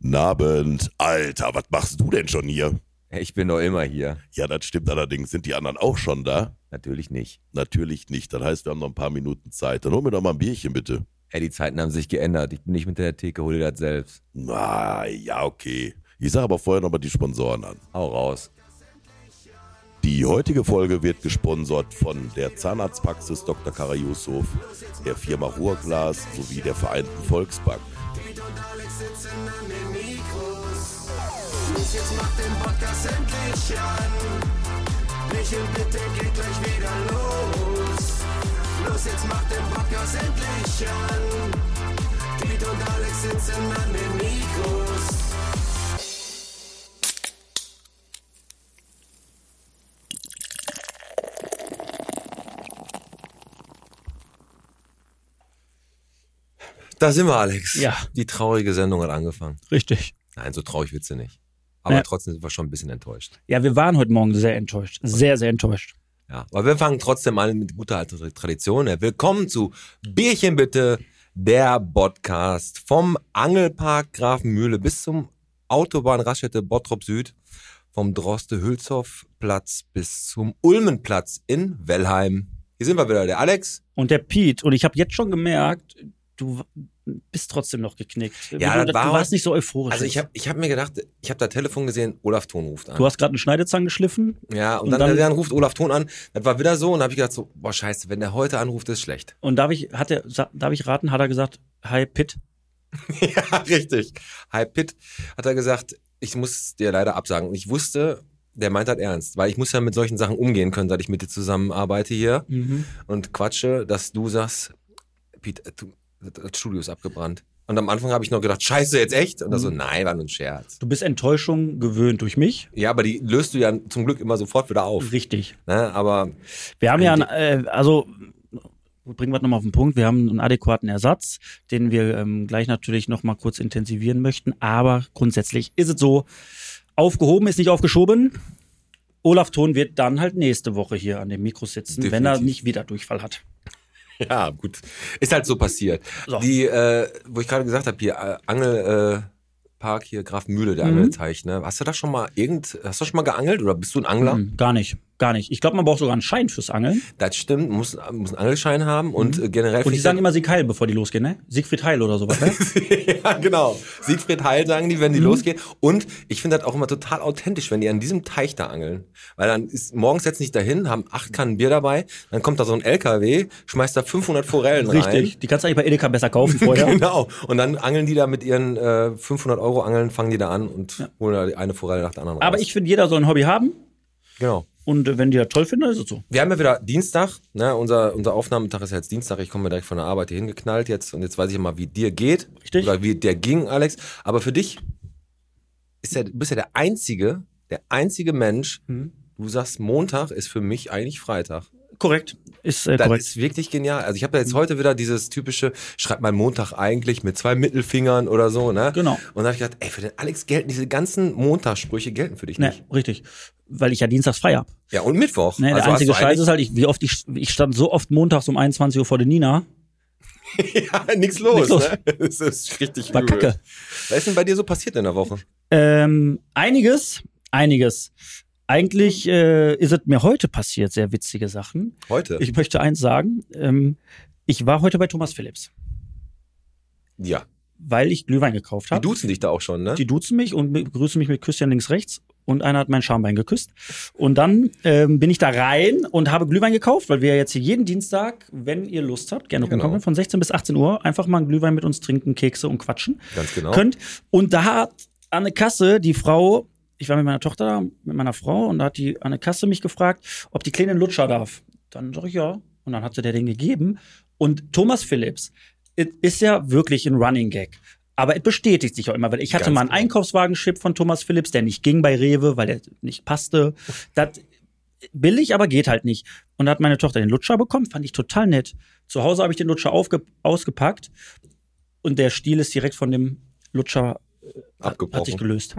Nabend. Alter, was machst du denn schon hier? Ich bin doch immer hier. Ja, das stimmt allerdings. Sind die anderen auch schon da? Natürlich nicht. Natürlich nicht. Das heißt, wir haben noch ein paar Minuten Zeit. Dann hol mir doch mal ein Bierchen, bitte. Ey, die Zeiten haben sich geändert. Ich bin nicht mit der Theke, hol dir das selbst. Na, ja, okay. Ich sage aber vorher nochmal die Sponsoren an. Hau raus. Die heutige Folge wird gesponsert von der Zahnarztpraxis Dr. Kara Yusuf, der Firma Ruhrglas sowie der Vereinten Volksbank. Piet und Alex sitzen an den Mikros. Los, jetzt macht den Podcast endlich an. Michel, bitte geht gleich wieder los. Los, jetzt macht den Podcast endlich an. Piet und Alex sitzen an den Mikros. Da sind wir, Alex. Ja. Die traurige Sendung hat angefangen. Richtig. Nein, so traurig wird's ja nicht. Aber Ja. trotzdem sind wir schon ein bisschen enttäuscht. Ja, wir waren heute Morgen sehr enttäuscht. Sehr, sehr enttäuscht. Ja. Aber wir fangen trotzdem an mit guter alter Tradition. Willkommen zu Bierchen bitte, der Podcast vom Angelpark Grafenmühle bis zum Autobahnraststätte Bottrop Süd, vom Droste-Hülshoff-Platz bis zum Ulmenplatz in Wellheim. Hier sind wir wieder, der Alex. Und der Pete, und ich habe jetzt schon gemerkt, du bist trotzdem noch geknickt. Ja, du, das war du warst was- nicht so euphorisch. Also ich jetzt. habe ich hab mir gedacht, ich habe da Telefon gesehen, Olaf Thon ruft an. du hast gerade eine Schneidezange geschliffen. Ja, und, Und dann, dann, dann- ruft Olaf Thon an. Das war wieder so und da habe ich gedacht so, boah scheiße, wenn der heute anruft, ist schlecht. Und darf ich, hat er, sa- darf ich raten, hat er gesagt, hi Pitt. ja, richtig. Hi Pitt hat er gesagt, ich muss dir leider absagen. Und ich wusste, der meint das ernst, weil ich muss ja mit solchen Sachen umgehen können, dass ich mit dir zusammenarbeite hier und quatsche, dass du sagst, Piet, äh, du, das Studio ist abgebrannt. Und am Anfang habe ich noch gedacht, scheiße, jetzt echt? Und dann Mhm. so, nein, war nur ein Scherz. Du bist Enttäuschung gewöhnt durch mich. Ja, aber die löst du ja zum Glück immer sofort wieder auf. Richtig. Ne? Aber Wir haben ja, einen, äh, also bringen wir es nochmal auf den Punkt, wir haben einen adäquaten Ersatz, den wir ähm, gleich natürlich nochmal kurz intensivieren möchten, aber grundsätzlich ist es so, aufgehoben ist nicht aufgeschoben. Olaf Thon wird dann halt nächste Woche hier an dem Mikro sitzen, wenn er Definitiv. nicht wieder Durchfall hat. Ja, gut. Ist halt so passiert. So. Die, äh, wo ich gerade gesagt habe, hier äh, Angel, äh, Park hier, Grafenmühle, der Mhm. Angelteich, ne? Hast du da schon mal irgend, hast du schon mal geangelt oder bist du ein Angler? Hm, gar nicht, gar nicht. Ich glaube, man braucht sogar einen Schein fürs Angeln. Das stimmt, muss, muss einen Angelschein haben und äh, generell. Mhm. Und die find sagen ich immer Sieg Heil, bevor die losgehen, ne? Siegfried Heil oder sowas, ne? ja, genau. Siegfried Heil sagen die, Mhm. wenn die losgehen. Und ich finde das auch immer total authentisch, wenn die an diesem Teich da angeln. Weil dann ist morgens jetzt nicht dahin, haben acht Kannen Bier dabei, dann kommt da so ein LKW, schmeißt da 500 Forellen rein. Richtig. Die kannst du eigentlich bei Edeka besser kaufen vorher. Genau. Und dann angeln die da mit ihren äh, 500 Euro Angeln, fangen die da an und holen da die eine Forelle nach der anderen Aber raus. ich finde, jeder soll ein Hobby haben. Genau. Und äh, wenn die das toll finden, dann ist es so. Wir haben ja wieder Dienstag, ne? unser, unser Aufnahmetag ist ja jetzt Dienstag, ich komme direkt von der Arbeit hier hingeknallt jetzt und jetzt weiß ich mal, wie dir geht. Richtig. Oder wie dir ging, Alex. Aber für dich ist ja, du bist ja der einzige, der einzige Mensch, Hm. du sagst, Montag ist für mich eigentlich Freitag. Korrekt. Ist äh, Das korrekt. Hm. ist wirklich genial. Also ich habe ja jetzt heute wieder dieses typische, schreibt man Montag eigentlich mit zwei Mittelfingern oder so, ne? Genau. Und da habe ich gedacht, ey, für den Alex gelten diese ganzen Montagssprüche gelten für dich Ne, nicht. richtig. Weil ich ja dienstags frei hab. Ja, und Mittwoch. Ne, Also der einzige hast du Scheiß ist halt, ich, wie oft ich, ich stand so oft montags um 21 Uhr vor der Nina. eigentlich- ja, nix los. Nix los. Ne? Das ist richtig War übel. kacke. Was ist denn bei dir so passiert in der Woche? Ähm, einiges, einiges. Eigentlich äh, ist es mir heute passiert, sehr witzige Sachen. Heute? Ich möchte eins sagen. Ähm, ich war heute bei Thomas Phillips, ja. weil ich Glühwein gekauft Die habe. duzen dich da auch schon, ne? Die duzen mich und begrüßen mich mit Küsschen links, rechts. Und einer hat mein Schambein geküsst. Und dann ähm, bin ich da rein und habe Glühwein gekauft, weil wir ja jetzt hier jeden Dienstag, wenn ihr Lust habt, gerne Genau. rumkommen, von 16 bis 18 Uhr einfach mal einen Glühwein mit uns trinken, Kekse und quatschen Ganz genau. könnt. Und da hat an der Kasse die Frau, ich war mit meiner Tochter da, mit meiner Frau, und da hat die an der Kasse mich gefragt, ob die Kleine einen Lutscher darf. Dann sag ich ja. Und dann hat sie der den gegeben. Und Thomas Phillips es ist ja wirklich ein Running Gag. Aber es bestätigt sich auch immer, weil ich hatte Ganz mal einen genau. Einkaufswagenchip von Thomas Phillips, der nicht ging bei Rewe, weil der nicht passte. Das billig, aber geht halt nicht. Und da hat meine Tochter den Lutscher bekommen, fand ich total nett. Zu Hause habe ich den Lutscher aufge ausgepackt und der Stiel ist direkt von dem Lutscher hat sich Abgebrochen. gelöst.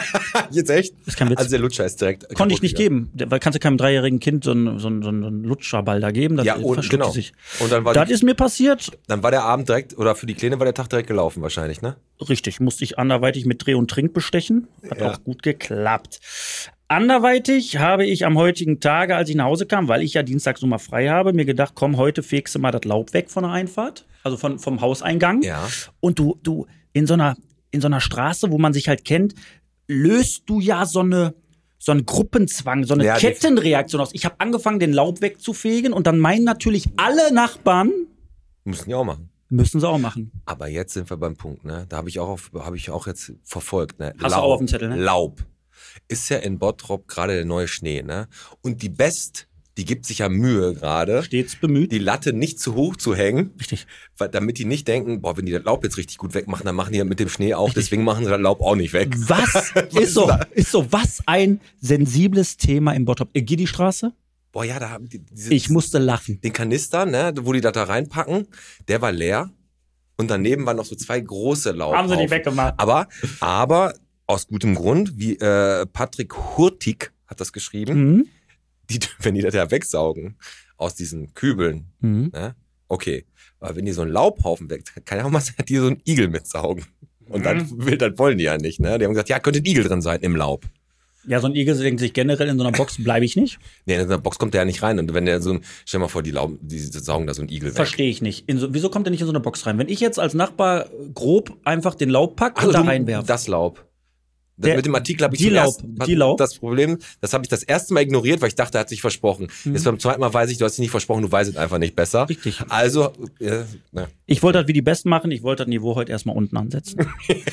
Jetzt echt? Ist kein Witz. Also der Lutscher ist direkt. Konnte ich kaputt nicht gegangen. geben, weil kannst du keinem dreijährigen Kind so einen, so einen, so einen Lutscherball da geben, dann Ja, und, verschluckt genau. die sich. Und dann war, Das die, ist mir passiert, dann war der Abend direkt, oder für die Kleine war der Tag direkt gelaufen wahrscheinlich, ne? Richtig, musste ich anderweitig mit Dreh- und Trink bestechen. Hat Ja. auch gut geklappt. Anderweitig habe ich am heutigen Tage, als ich nach Hause kam, weil ich ja dienstags nochmal frei habe, mir gedacht, komm, heute fegst du mal das Laub weg von der Einfahrt, also von, vom Hauseingang. Ja. Und du, du, in so einer, in so einer Straße, wo man sich halt kennt, löst du ja so eine, so einen Gruppenzwang, so eine Ja, def- Kettenreaktion aus. Ich habe angefangen, den Laub wegzufegen und dann meinen natürlich alle Nachbarn, Müssen die auch machen. müssen sie auch machen. Aber jetzt sind wir beim Punkt, ne? Da habe ich auch auf, habe ich auch jetzt verfolgt, ne? Hast du auch auf dem Zettel, ne? Laub. Ist ja in Bottrop gerade der neue Schnee, ne? Und die Best, die gibt sich ja Mühe gerade, Stets bemüht. die Latte nicht zu hoch zu hängen, Richtig. weil, damit die nicht denken, boah, wenn die das Laub jetzt richtig gut wegmachen, dann machen die das mit dem Schnee auch, deswegen machen sie das Laub auch nicht weg. Was ist so, ist so, was ein sensibles Thema im Bottrop. Äh, Geh die Straße? Boah, ja, da haben die, diese, Ich musste lachen. den Kanister, ne, wo die das da reinpacken, der war leer und daneben waren noch so zwei große Laub. weggemacht? Aber, aber aus gutem Grund, wie äh, Patrick Hurtig hat das geschrieben, Mhm. die, wenn die das ja wegsaugen aus diesen Kübeln, Mhm. ne? Okay. Aber wenn die so einen Laubhaufen weg, kann ja auch mal sein, dass die so einen Igel mitsaugen. Und dann, will, dann wollen die ja nicht, ne? Die haben gesagt, ja, könnte ein Igel drin sein im Laub. Ja, so ein Igel denkt sich generell in so einer Box bleibe ich nicht. Nee, in der Box kommt der ja nicht rein. Und wenn der so ein, stell dir mal vor, die, Lauben, die saugen da so einen Igel weg. Verstehe ich nicht. In so, wieso kommt der nicht in so eine Box rein? Wenn ich jetzt als Nachbar grob einfach den Laub packe und da du- reinwerfe. Das Laub. Das Der- mit dem Artikel habe ich die zum Laub, ersten Mal- die Laub. Das Problem, das habe ich das erste Mal ignoriert, weil ich dachte, er hat sich versprochen. Jetzt beim zweiten Mal weiß ich, du hast dich nicht versprochen, du weißt es einfach nicht besser. Hm. Richtig. Also, äh, ne. Ich wollte das wie die Besten machen, ich wollte das Niveau heute erstmal unten ansetzen.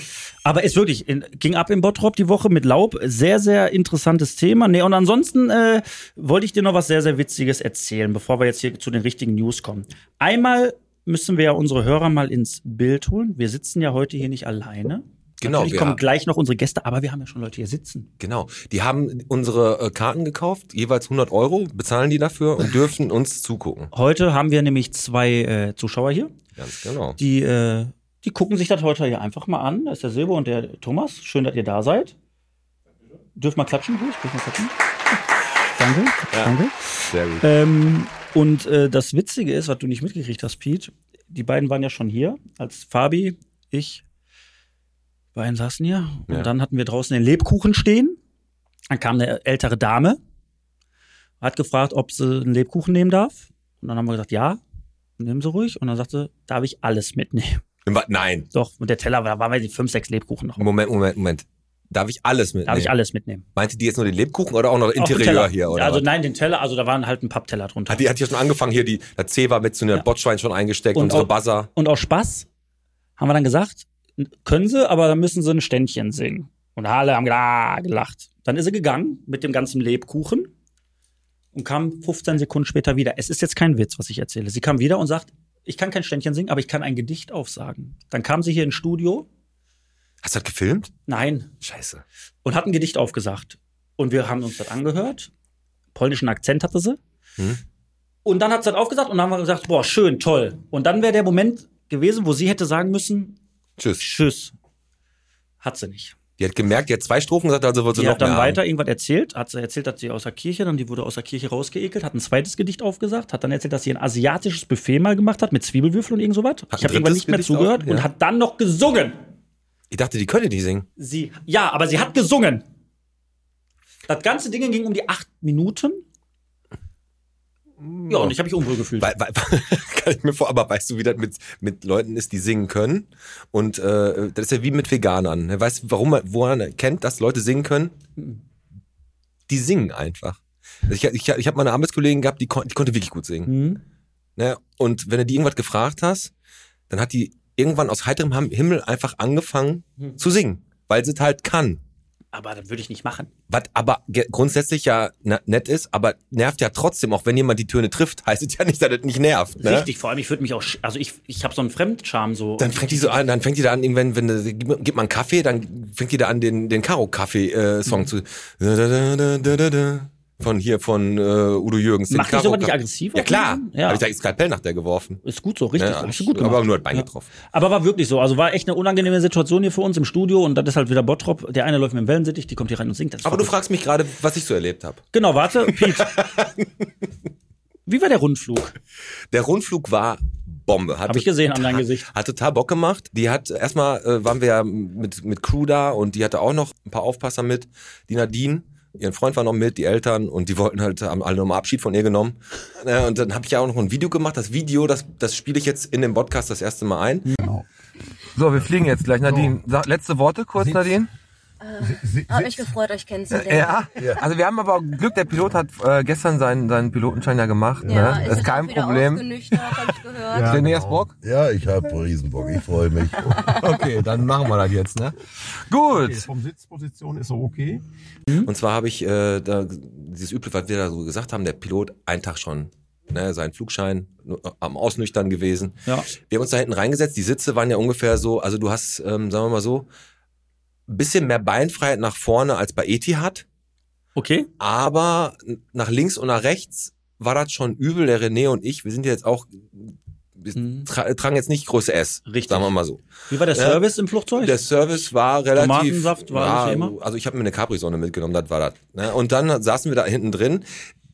Aber ist wirklich, in, ging ab in Bottrop die Woche mit Laub. Sehr, sehr interessantes Thema. Nee, und ansonsten äh, wollte ich dir noch was sehr, sehr Witziges erzählen, bevor wir jetzt hier zu den richtigen News kommen. Einmal müssen wir ja unsere Hörer mal ins Bild holen. Wir sitzen ja heute hier nicht alleine. Genau, Natürlich wir- kommen gleich noch unsere Gäste, aber wir haben ja schon Leute hier sitzen. genau. Die haben unsere äh, Karten gekauft, jeweils 100 Euro, bezahlen die dafür und dürfen uns zugucken. Heute haben wir nämlich zwei äh, Zuschauer hier. Ganz genau. Die, äh, die gucken sich das heute hier einfach mal an. Da ist der Silber und der Thomas. Schön, dass ihr da seid. Dürft mal klatschen, ruhig. Dürft mal klatschen. Danke, danke. Sehr gut. Ähm, und äh, das Witzige ist, was du nicht mitgekriegt hast, Pete, die beiden waren ja schon hier, als Fabi, ich, beiden saßen hier. Und Ja. dann hatten wir draußen den Lebkuchen stehen. Dann kam eine ältere Dame, hat gefragt, ob sie einen Lebkuchen nehmen darf. Und dann haben wir gesagt, ja, nehmen sie ruhig. Und dann sagte, sie, darf ich alles mitnehmen? Wa- Nein. Doch, und der Teller, da waren wir die fünf, sechs Lebkuchen noch. Moment, Moment, Moment. Darf ich alles mitnehmen? Darf ich alles mitnehmen? Meinte die jetzt nur den Lebkuchen oder auch noch Auch den Interieur Teller. hier? Oder also was? nein, den Teller, also da waren halt ein Pappteller drunter. Hat die, hat die schon angefangen hier, die, der C war mit zu den Ja. Botschwein schon eingesteckt, Und unsere auch- Buzzer. Und aus Spaß haben wir dann gesagt, können sie, aber dann müssen sie ein Ständchen singen. Und alle haben ah, gelacht. Dann ist sie gegangen mit dem ganzen Lebkuchen und kam 15 Sekunden später wieder. Es ist jetzt kein Witz, was ich erzähle. Sie kam wieder und sagt, ich kann kein Ständchen singen, aber ich kann ein Gedicht aufsagen. Dann kam sie hier ins Studio, Hast du das gefilmt? nein, Scheiße. und hat ein Gedicht aufgesagt. Und wir haben uns das angehört. Polnischen Akzent hatte sie. Hm. Und dann hat sie das aufgesagt und dann haben wir gesagt, boah, schön, toll. Und dann wäre der Moment gewesen, wo sie hätte sagen müssen, Tschüss. Tschüss. Hat sie nicht. Die hat gemerkt, die hat zwei Strophen gesagt, also wollte sie Sie noch hat dann mehr weiter haben. irgendwas erzählt, hat sie erzählt, dass sie aus der Kirche, dann die wurde aus der Kirche rausgeekelt, hat ein zweites Gedicht aufgesagt, hat dann erzählt, dass sie ein asiatisches Buffet mal gemacht hat mit Zwiebelwürfel und irgend sowas. ein Ich habe irgendwann drittes nicht mehr Gedicht zugehört auf- ja. und hat dann noch gesungen. Ich dachte, die könnte nicht singen. Sie, ja, aber sie hat gesungen. Das ganze Ding ging um die acht Minuten. Ja, und ich habe mich unwohl gefühlt. Mm. Weil, weil, kann ich mir vor, aber weißt du, wie das mit, mit Leuten ist, die singen können? Und äh, das ist ja wie mit Veganern. ne? Weißt du, warum man, woran man erkennt, dass Leute singen können? Die singen einfach. Also Ich, ich, ich habe mal eine Arbeitskollegin gehabt, die, kon die konnte wirklich gut singen. Hm? Ne? Und wenn du die irgendwas gefragt hast, dann hat die irgendwann aus heiterem Ham- Himmel einfach angefangen Hm. zu singen, weil sie es halt kann. Aber das würde ich nicht machen. Was aber ge- grundsätzlich ja na- nett ist, aber nervt ja trotzdem, auch wenn jemand die Töne trifft, heißt es ja nicht, dass es nicht nervt. Ne? Richtig, vor allem, ich würde mich auch, sch- also ich, ich habe so einen Fremdscham so. Dann fängt die so an, dann fängt die da an, irgendwann, wenn du, gib, gib mal einen Kaffee, dann fängt die da an, den, den Mhm. Karo-Kaffee-Song zu. Von hier, von äh, Udo Jürgens. den Macht dich sowas Karo-Kaffee. nicht aggressiv? Ja, klar. Ja. Habe ich da jetzt Skalpell nach der geworfen. Ist gut so, richtig. Ja, hast du gut gemacht. aber nur hat Bein getroffen. Aber war wirklich so. Also war echt eine unangenehme Situation hier für uns im Studio und das ist halt wieder Bottrop. Der eine läuft mit dem Wellensittich, die kommt hier rein und singt. Das ist Aber du verrückt. fragst mich gerade, was ich so erlebt habe. Genau, warte, Pete. Wie war der Rundflug? Der Rundflug war Bombe. Hat Hab ich gesehen an deinem total- Gesicht. Hat total Bock gemacht. Die hat erstmal äh, waren wir ja mit mit Crew da und die hatte auch noch ein paar Aufpasser mit. Die Nadine, ihren Freund war noch mit, die Eltern und die wollten halt haben alle nochmal Abschied von ihr genommen. Äh, und dann habe ich ja auch noch ein Video gemacht. Das Video, das das spiele ich jetzt in dem Podcast das erste Mal ein. Genau. So, wir fliegen jetzt gleich. Nadine, sag, letzte Worte kurz, Nadine. Hab mich gefreut, euch kennenzulernen. Ja. also wir haben aber auch Glück, der Pilot hat äh, gestern seinen, seinen Pilotenschein ja gemacht. Ja, ne? ich Ist bin kein auch wieder Problem. ausgenüchtert, hab ich gehört. Ja, Renéas Bock? Ja, ich habe Riesenbock, ich freue mich. Okay, dann machen wir das jetzt. Ne? Gut. Vom Sitzposition ist er okay. Und zwar habe ich äh, da, dieses übliche, was wir da so gesagt haben, der Pilot einen Tag schon ne, seinen Flugschein nur äh, am Ausnüchtern gewesen. Ja. Wir haben uns da hinten reingesetzt. Die Sitze waren ja ungefähr so, also du hast, ähm, sagen wir mal so, ein bisschen mehr Beinfreiheit nach vorne als bei Etihad, Okay. aber nach links und nach rechts war das schon übel. Der René und ich, wir sind ja jetzt auch, wir Mhm. tra tragen jetzt nicht Größe S, Richtig. sagen wir mal so. Wie war der Ja. Service im Flugzeug? Der Service war relativ. Tomatensaft war alles wie immer? Also ich habe mir eine Capri-Sonne mitgenommen, das war das. Ne? Und dann saßen wir da hinten drin.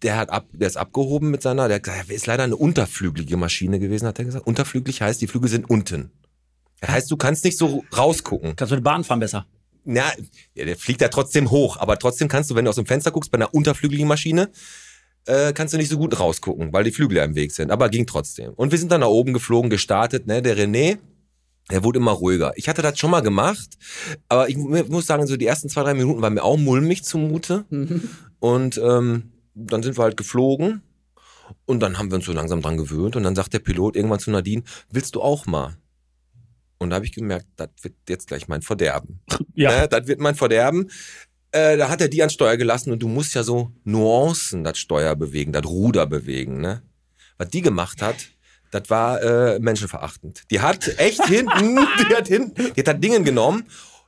Der hat ab, der ist abgehoben mit seiner, der hat gesagt, ist leider eine unterflügelige Maschine gewesen, hat er gesagt. Unterflüglich heißt, die Flügel sind unten. Das heißt, du kannst nicht so rausgucken. Kannst du mit Bahn fahren besser? Na, ja, der fliegt ja trotzdem hoch, aber trotzdem kannst du, wenn du aus dem Fenster guckst, bei einer unterflügeligen Maschine, äh, kannst du nicht so gut rausgucken, weil die Flügel ja im Weg sind. Aber ging trotzdem. Und wir sind dann nach oben geflogen, gestartet, ne? Der René, der wurde immer ruhiger. Ich hatte das schon mal gemacht, aber ich mu- muss sagen, so die ersten zwei, drei Minuten waren mir auch mulmig zumute. Und ähm, dann sind wir halt geflogen. Und dann haben wir uns so langsam dran gewöhnt. Und dann sagt der Pilot irgendwann zu Nadine, willst du auch mal? Und da habe ich gemerkt, das wird jetzt gleich mein Verderben. Ja. Ne, das wird mein Verderben. Äh, da hat er die an Steuer gelassen und du musst ja so Nuancen das Steuer bewegen, das Ruder bewegen. Ne? Was die gemacht hat, das war äh, menschenverachtend. Die hat echt hinten, die hat hinten, die hat das Dingen genommen.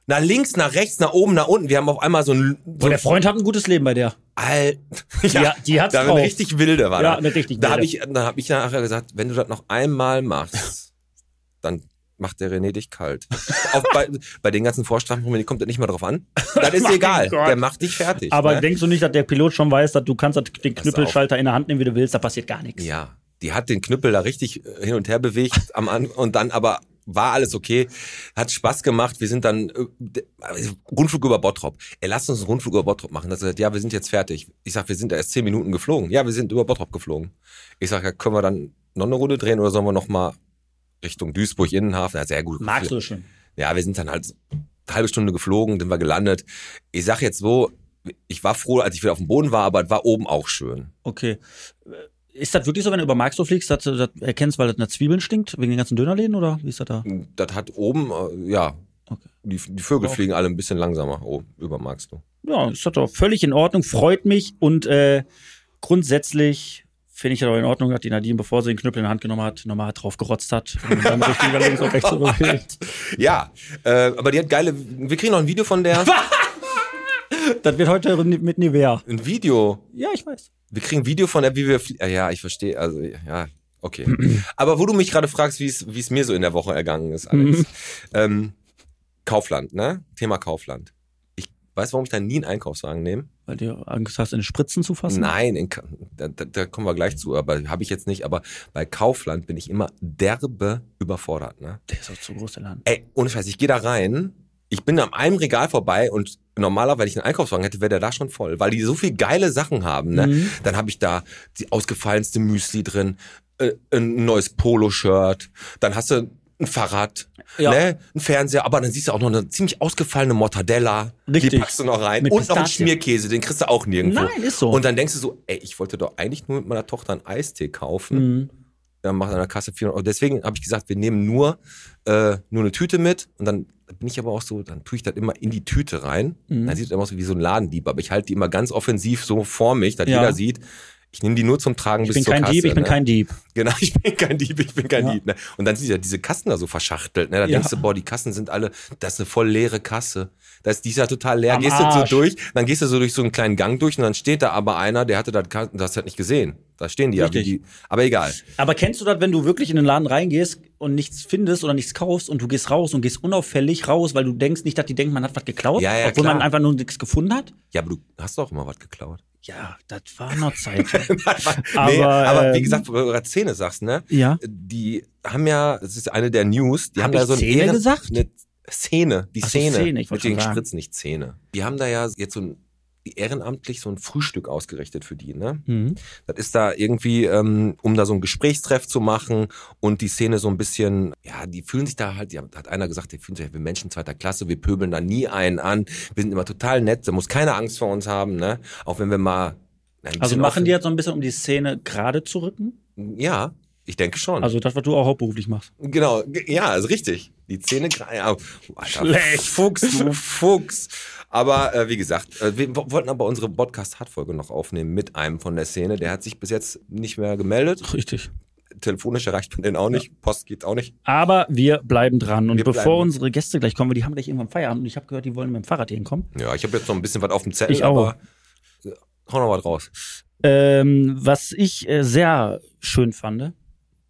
Nach links, nach rechts, nach oben, nach unten. Wir haben auf einmal so ein... So Boah, der Freund hat ein gutes Leben bei der. Alt. Ja, die hat's da drauf. Eine richtig wilde war Ja, da. eine richtig da hab wilde. ich, Dann habe ich nachher gesagt, wenn du das noch einmal machst, dann macht der René dich kalt. Auf, bei, bei den ganzen Vorstrafen kommt das nicht mal drauf an. Das ist egal. Gott. Der macht dich fertig. Aber ne? denkst du nicht, dass der Pilot schon weiß, dass du kannst das- den Pass Knüppelschalter in der Hand nehmen, wie du willst, da passiert gar nichts. Ja, die hat den Knüppel da richtig äh, hin und her bewegt am An und dann aber war alles okay, hat Spaß gemacht. Wir sind dann äh, d- also Rundflug über Bottrop. Ey, lass uns einen Rundflug über Bottrop machen. Das sagt, ja, wir sind jetzt fertig. Ich sag, wir sind da erst zehn Minuten geflogen. Ja, wir sind über Bottrop geflogen. Ich sag, ja, können wir dann noch eine Runde drehen oder sollen wir noch mal Richtung Duisburg Innenhafen? Ja, sehr gut. Magst du schon. Ja, wir sind dann halt so eine halbe Stunde geflogen, dann war gelandet. Ich sag jetzt so, ich war froh, als ich wieder auf dem Boden war, aber es war oben auch schön. Okay. Äh, Ist das wirklich so, wenn du über Marxloh fliegst, dass du das erkennst, weil das nach Zwiebeln stinkt, wegen den ganzen Dönerläden oder wie ist das da? Das hat oben, äh, ja. Okay. Die, die Vögel fliegen alle ein bisschen langsamer. Oh, übermagst du. Ja, ist das doch völlig in Ordnung, freut mich und äh, grundsätzlich finde ich das auch in Ordnung, dass die Nadine, bevor sie den Knüppel in die Hand genommen hat, nochmal drauf gerotzt hat und dann sich die links und rechts bewegt. Ja, äh, aber die hat geile. Wir kriegen noch ein Video von der. Das wird heute mit Nivea. Ein Video. Ja, ich weiß. Wir kriegen ein Video von der, wie wir. flie- Ah, Ja, ich verstehe. Also, ja, okay. aber wo du mich gerade fragst, wie es wie es mir so in der Woche ergangen ist, Alex. ähm, Kaufland, ne? Thema Kaufland. Ich weiß, warum ich da nie einen Einkaufswagen nehme. Weil du Angst hast, in Spritzen zu fassen? Nein, in, Ka- da, da, da kommen wir gleich zu, aber habe ich jetzt nicht. Aber bei Kaufland bin ich immer derbe überfordert, ne? Der ist auch zu groß, der Laden. Ey, ohne Scheiß, ich gehe da rein, ich bin am einem Regal vorbei und normalerweise, wenn ich einen Einkaufswagen hätte, wäre der da schon voll, weil die so viel geile Sachen haben. Mhm. Ne? Dann habe ich da die ausgefallenste Müsli drin, äh, ein neues Poloshirt, dann hast du ein Fahrrad, Ja. ne? ein Fernseher, aber dann siehst du auch noch eine ziemlich ausgefallene Mortadella, die Richtig. packst du noch rein Mit und noch einen Pistazien. Schmierkäse, den kriegst du auch nirgendwo. Nein, ist so. Und dann denkst du so, ey, ich wollte doch eigentlich nur mit meiner Tochter einen Eistee kaufen Mhm. dann macht an der Kasse 400 Euro. Deswegen habe ich gesagt, wir nehmen nur, äh, nur eine Tüte mit und dann bin ich aber auch so, dann tue ich das immer in die Tüte rein. Mhm. Dann sieht es immer aus wie so ein Ladendieb, aber ich halte die immer ganz offensiv so vor mich, dass Ja. jeder sieht. Ich nehme die nur zum Tragen Ich bis bin zur kein Kasse. Dieb, ich bin ne? kein Dieb. Genau, ich bin kein Dieb, ich bin kein Ja. Dieb. Ne? Und dann siehst du ja diese Kassen da so verschachtelt. Ne? Da Ja. denkst du, boah, die Kassen sind alle, das ist eine voll leere Kasse. Da ist dieser total leer. Am gehst du Arsch. so durch, dann gehst du so durch so einen kleinen Gang durch und dann steht da aber einer, der hatte das, Ka- das hat nicht gesehen. Da stehen die ja, wie Richtig. die. Aber egal. Aber kennst du das, wenn du wirklich in den Laden reingehst und nichts findest oder nichts kaufst und du gehst raus und gehst unauffällig raus, weil du denkst nicht, dass die denken, man hat was geklaut, Ja, ja, obwohl klar. man einfach nur nichts gefunden hat? Ja, aber du hast doch immer was geklaut. Ja, das war noch Zeit. Aber, nee, Aber, aber wie ähm, gesagt, wo du gerade Zähne sagst, ne? ja. Die haben ja, das ist eine der News, die Hab haben da ich so eine Zähne gesagt? Eine Szene, die Ach so, Szene, Szene, ich wollte mit schon den sagen. Spritzen, nicht Zähne. Die haben da ja jetzt so ein, die ehrenamtlich so ein Frühstück ausgerichtet für die, ne? Mhm. Das ist da irgendwie, ähm, um da so ein Gesprächstreff zu machen und die Szene so ein bisschen, ja, die fühlen sich da halt, die haben, hat einer gesagt, die fühlen sich, wir Menschen zweiter Klasse, wir pöbeln da nie einen an, wir sind immer total nett, da muss keine Angst vor uns haben, ne? Auch wenn wir mal. ein Also bisschen machen die offen- jetzt so ein bisschen, um die Szene gerade zu rücken? Ja, ich denke schon. Also das, was du auch hauptberuflich machst. Genau, g- ja, ist richtig. Die Zähne gra- ja, oh, Alter, Schlecht. Fuchs, du Fuchs. Aber äh, wie gesagt, äh, wir wo- wollten aber unsere Podcast-Hard-Folge noch aufnehmen mit einem von der Szene. Der hat sich bis jetzt nicht mehr gemeldet. Richtig. Telefonisch erreicht man den auch nicht. Post geht auch nicht. Aber wir bleiben dran. Und Wir bevor bleiben. unsere Gäste gleich kommen, weil die haben gleich irgendwann Feierabend und ich habe gehört, die wollen mit dem Fahrrad hier hinkommen. Ja, ich habe jetzt noch ein bisschen was auf dem Zettel, Ich auch. aber äh, hau noch was raus. Ähm, was ich äh, sehr schön fand,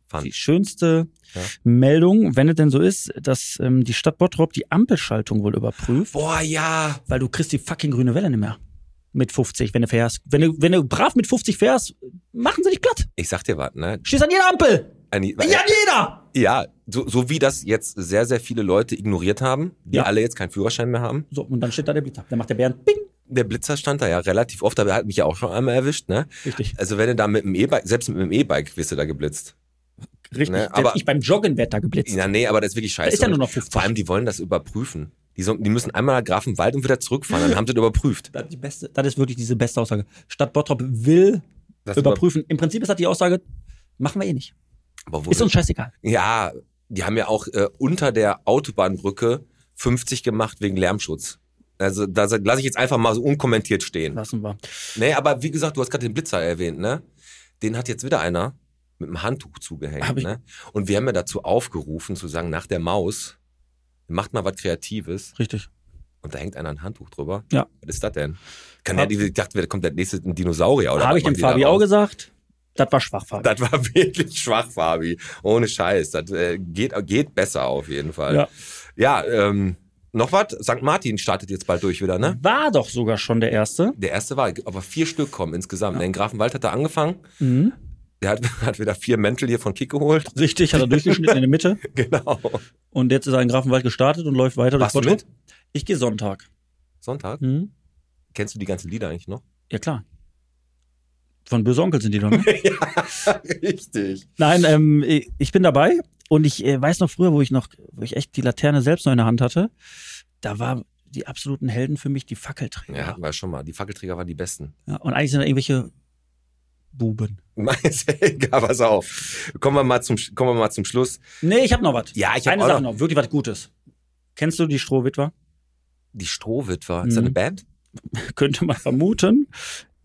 Fand. die schönste Ja. Meldung, wenn es denn so ist, dass ähm, die Stadt Bottrop die Ampelschaltung wohl überprüft, Boah, ja. weil du kriegst die fucking grüne Welle nicht mehr. Mit 50, wenn du fährst. Wenn du, wenn du brav mit 50 fährst, machen sie dich platt. Ich sag dir was, ne? Schieß an jeder Ampel! Anni- äh, Ja, an jeder! ja so, so wie das jetzt sehr, sehr viele Leute ignoriert haben, die Ja. alle jetzt keinen Führerschein mehr haben. So, und dann steht da der Blitzer. Dann macht der Bären ping. Der Blitzer stand da ja relativ oft, aber er hat mich ja auch schon einmal erwischt, ne? Richtig. Also wenn du da mit dem E-Bike, selbst mit dem E-Bike wirst du da geblitzt. Richtig. Ne, Selbst aber- ich beim Joggen werd da geblitzt. Ja, nee, aber das ist wirklich da scheiße. ist ja nur Und noch 50. Vor allem, die wollen das überprüfen. Die, so, die müssen einmal nach Grafenwald und wieder zurückfahren, dann haben sie das überprüft. Das, ist die beste, das ist wirklich diese beste Aussage. Stadt Bottrop will Das überprüfen. Im Prinzip ist das die Aussage, machen wir eh nicht. Aber wo Ist uns scheißegal. ja, die haben ja auch äh, unter der Autobahnbrücke 50 gemacht wegen Lärmschutz. Also da lasse ich jetzt einfach mal so unkommentiert stehen. Lassen wir. Nee, aber wie gesagt, du hast gerade den Blitzer erwähnt, ne? Den hat jetzt wieder einer mit einem Handtuch Hab zugehängt, ich- ne? Und wir haben ja dazu aufgerufen, zu sagen, nach der Maus, macht mal was Kreatives Richtig. und da hängt einer ein Handtuch drüber. Ja. Was ist das denn? Kann Hab- der, die dachte, da kommt der nächste ein Dinosaurier oder Habe was ich dem macht die da Fabi raus? auch gesagt. Das war schwach, Fabi. Das war wirklich schwach, Fabi. Ohne Scheiß. Das äh, geht, geht besser auf jeden Fall. Ja, ähm, noch was? St. Martin startet jetzt bald durch wieder, ne? War doch sogar schon der erste. Der erste war, aber vier Stück kommen insgesamt. ne? In Grafenwald hat er angefangen. Mhm. Der hat, hat wieder vier Mäntel hier von Kick geholt. Richtig, hat er durchgeschnitten in der Mitte. Genau. Und jetzt ist er in Grafenwald gestartet und läuft weiter. Warst du Bottrop. mit? Ich gehe Sonntag. Sonntag? Mhm. Kennst du die ganzen Lieder eigentlich noch? Ja, klar. Von Böse Onkel sind die doch, ne? Richtig. Nein, ähm, ich bin dabei und ich äh, weiß noch früher, wo ich noch, wo ich echt die Laterne selbst noch in der Hand hatte, da war die absoluten Helden für mich die Fackelträger. Ja, hatten wir schon mal. Die Fackelträger waren die besten. Ja, und eigentlich sind da irgendwelche Buben. Ist Egal, pass auf. Kommen wir mal zum, Sch- kommen wir mal zum Schluss. Nee, ich hab noch was. Ja, ich hab Eine auch Sache noch- noch, wirklich was Gutes. Kennst du die Strohwitwer? Die Strohwitwer. Ist das eine Mhm. Band? Könnte man vermuten.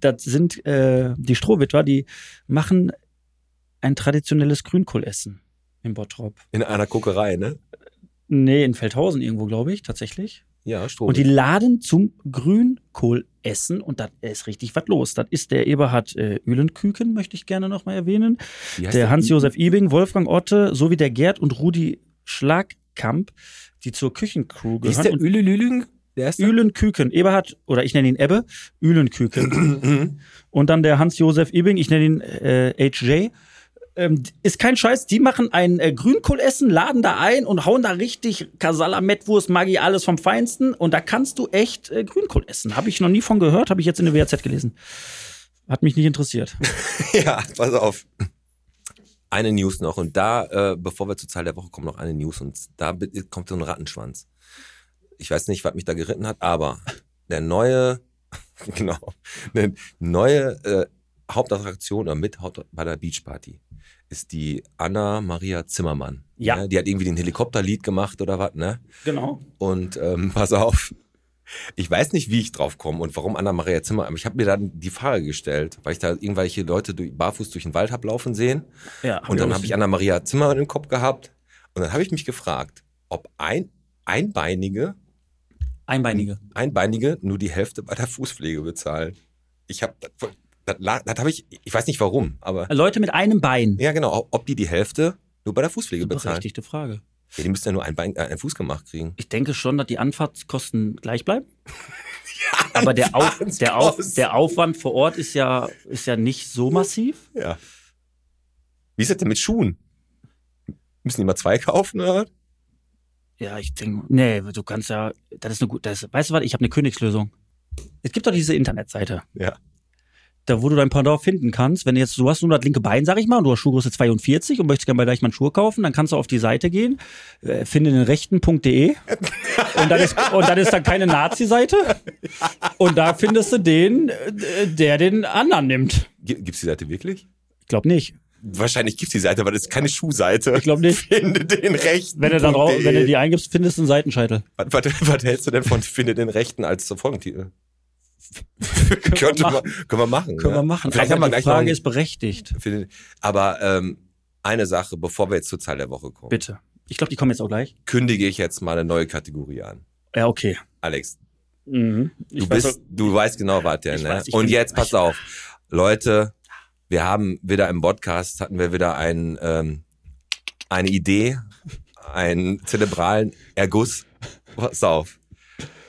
Das sind äh, die Strohwitwer, die machen ein traditionelles Grünkohlessen in Bottrop. In einer Kokerei, ne? Nee, in Feldhausen irgendwo, glaube ich, tatsächlich. Ja, Und die Strohwitwer. laden zum Grünkohlessen und da ist richtig was los. Das ist der Eberhard äh, Ülenküken, möchte ich gerne nochmal erwähnen. Wie heißt Der Hans-Josef Ibing, Wolfgang Otte sowie der Gerd und Rudi Schlagkamp, die zur Küchencrew Wie ist gehören. der Und Üle Lüling? Der ist Ülenküken, Eberhard, oder ich nenne ihn Ebbe, Ülenküken. Mhm. und dann der Hans-Josef Ibing, ich nenne ihn äh, HJ. Ähm, ist kein Scheiß, die machen ein äh, Grünkohlessen, laden da ein und hauen da richtig Kasala, Mettwurst, Maggi, alles vom Feinsten. Und da kannst du echt äh, Grünkohl essen. Habe ich noch nie von gehört, habe ich jetzt in der WAZ gelesen. Hat mich nicht interessiert. Ja, pass auf. Eine News noch und da, äh, bevor wir zur Zahl der Woche kommen, noch eine News und da bi- kommt so ein Rattenschwanz. Ich weiß nicht, was mich da geritten hat, aber der neue, genau, eine neue äh, Hauptattraktion oder mit Haupt bei der Beachparty ist die Anna Maria Zimmermann. Ja. Ne? Die hat irgendwie den Helikopterlied gemacht oder was, ne? Genau. Und ähm, pass auf, ich weiß nicht, wie ich drauf komme und warum Anna-Maria Zimmer, aber ich habe mir dann die Frage gestellt, weil ich da irgendwelche Leute durch, barfuß durch den Wald hab laufen sehen Ja, hab und dann auch habe ich gesehen. Anna-Maria Zimmer im Kopf gehabt und dann habe ich mich gefragt, ob ein, Einbeinige, Einbeinige. Einbeinige nur die Hälfte bei der Fußpflege bezahlen. Ich habe, das, das, la- das habe ich, ich weiß nicht warum, aber Leute mit einem Bein. ja genau, ob die die Hälfte nur bei der Fußpflege bezahlen. Berechtigte Frage. Ja, die müssen ja nur ein Bein, äh, einen Fuß gemacht kriegen. Ich denke schon, dass die Anfahrtskosten gleich bleiben. Aber der, Auf, Fahrens der, Auf, Kosten. der Aufwand vor Ort ist ja, ist ja nicht so massiv. Ja. Wie ist das denn mit Schuhen? Müssen die mal zwei kaufen, oder? Ja, ich denke, nee, du kannst ja, das ist eine gute, das, weißt du was, ich habe eine Königslösung. Es gibt doch diese Internetseite. Ja. Da, wo du dein Pendant finden kannst, wenn jetzt, du hast nur das linke Bein, sag ich mal, und du hast Schuhgröße 42 und möchtest gerne bei Deichmann Schuhe kaufen, dann kannst du auf die Seite gehen, äh, finde den rechten.de und dann ist, und dann ist dann keine Nazi-Seite und da findest du den, äh, der den anderen nimmt. G- Gibt's die Seite wirklich? Ich glaube nicht. Wahrscheinlich gibt's die Seite, aber das ist keine Schuhseite. Ich glaube nicht. Finde den Rechten. Wenn du da drauf, wenn du die eingibst, findest du einen Seitenscheitel. was, was, was hältst du denn von Finde den Rechten als zur Folgentitel? Könnte machen. man, können wir machen. Können ja. wir machen. Vielleicht Aber haben wir die gleich Frage noch ist berechtigt. Finde- aber ähm, eine Sache, bevor wir jetzt zur Zahl der Woche kommen, Bitte. Ich glaube, die kommen jetzt auch gleich. kündige ich jetzt mal eine neue Kategorie an. Ja, okay. Alex, Mhm. du Ich weiß bist, du weißt genau, was der, Ich ne? weiß, ich Und bin- jetzt pass ich- auf. Leute, wir haben wieder im Podcast, hatten wir wieder einen, ähm, eine Idee, einen zerebralen Erguss. Pass auf.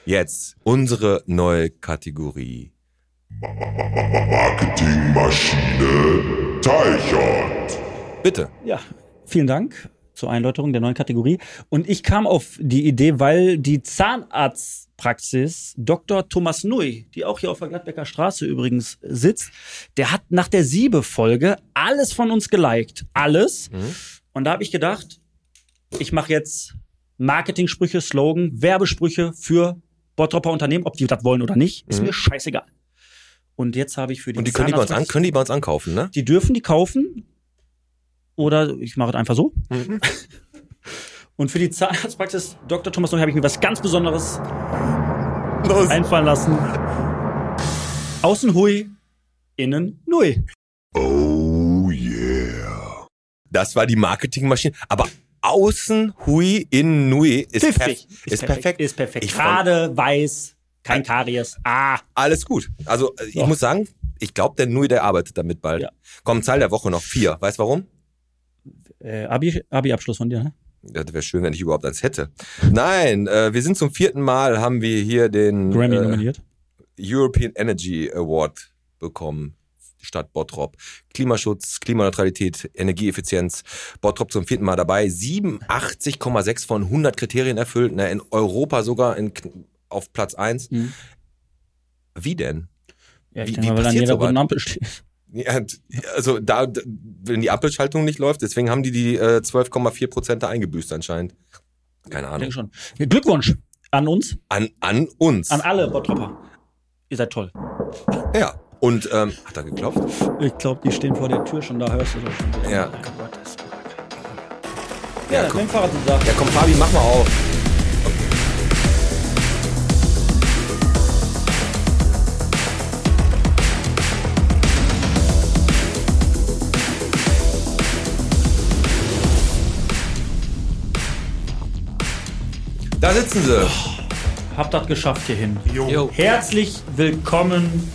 Jetzt unsere neue Kategorie. Marketingmaschine Teichert. Bitte. Ja, vielen Dank zur Einläuterung der neuen Kategorie. Und ich kam auf die Idee, weil die Zahnarztpraxis Dr. Thomas Nui, die auch hier auf der Gladbecker Straße übrigens sitzt, der hat nach der Siebe-Folge alles von uns geliked. Alles. Mhm. Und da habe ich gedacht, ich mache jetzt Marketingsprüche, Slogan, Werbesprüche für Bottropper Unternehmen, ob die das wollen oder nicht, ist Mhm. mir scheißegal. Und jetzt habe ich für die Und die können die bei uns an, Zahnarztpraxis- können die bei uns ankaufen, ne? die dürfen die kaufen. Oder ich mache es einfach so. Mhm. Und für die Zahnarztpraxis Dr. Thomas Neu habe ich mir was ganz Besonderes Los. einfallen lassen. Außen hui, innen nui. Oh yeah. Das war die Marketingmaschine. Aber außen hui, innen nui ist, perf Pfiffig. ist, perfekt. Ist perfekt. Ich freu- Äh, Gerade weiß, kein Karies. Ah, Alles gut. Also äh, ich So. muss sagen, ich glaube, der Nui, der arbeitet damit bald. Ja. Komm, Zahl der Woche noch vier. Weißt warum? äh, Abi- Abi-Abschluss von dir, ne? Ja, Das wäre schön, wenn ich überhaupt eins hätte. Nein, äh, wir sind zum vierten Mal, haben wir hier den Grammy äh, nominiert. European Energy Award bekommen. Stadt Bottrop. Klimaschutz, Klimaneutralität, Energieeffizienz. Bottrop zum vierten Mal dabei. 87,6 von 100 Kriterien erfüllt. Ne, in Europa sogar in, kn- auf Platz 1. Mhm. Wie denn? Ja, hm. Wie- ich wie denke mal, weil an passiert jeder sowas? roten Ampel steht. Ja, d- also da, d- wenn die Ampelschaltung nicht läuft, deswegen haben die die äh, 12,4 Prozent da eingebüßt anscheinend. Keine Ich denke Ahnung. schon. Glückwunsch an uns, An, an uns. an alle Bottropper. Ihr seid toll. ja. Und ähm, hat er geklopft? Ich glaube, die stehen vor der Tür schon, da hörst du das schon. wieder. Ja. Mein Gott, das ist Ja, ja, das komm. Lenkrad ist da. Ja, komm, Fabi, mach mal auf. Da sitzen sie. Habt das geschafft hierhin. Herzlich willkommen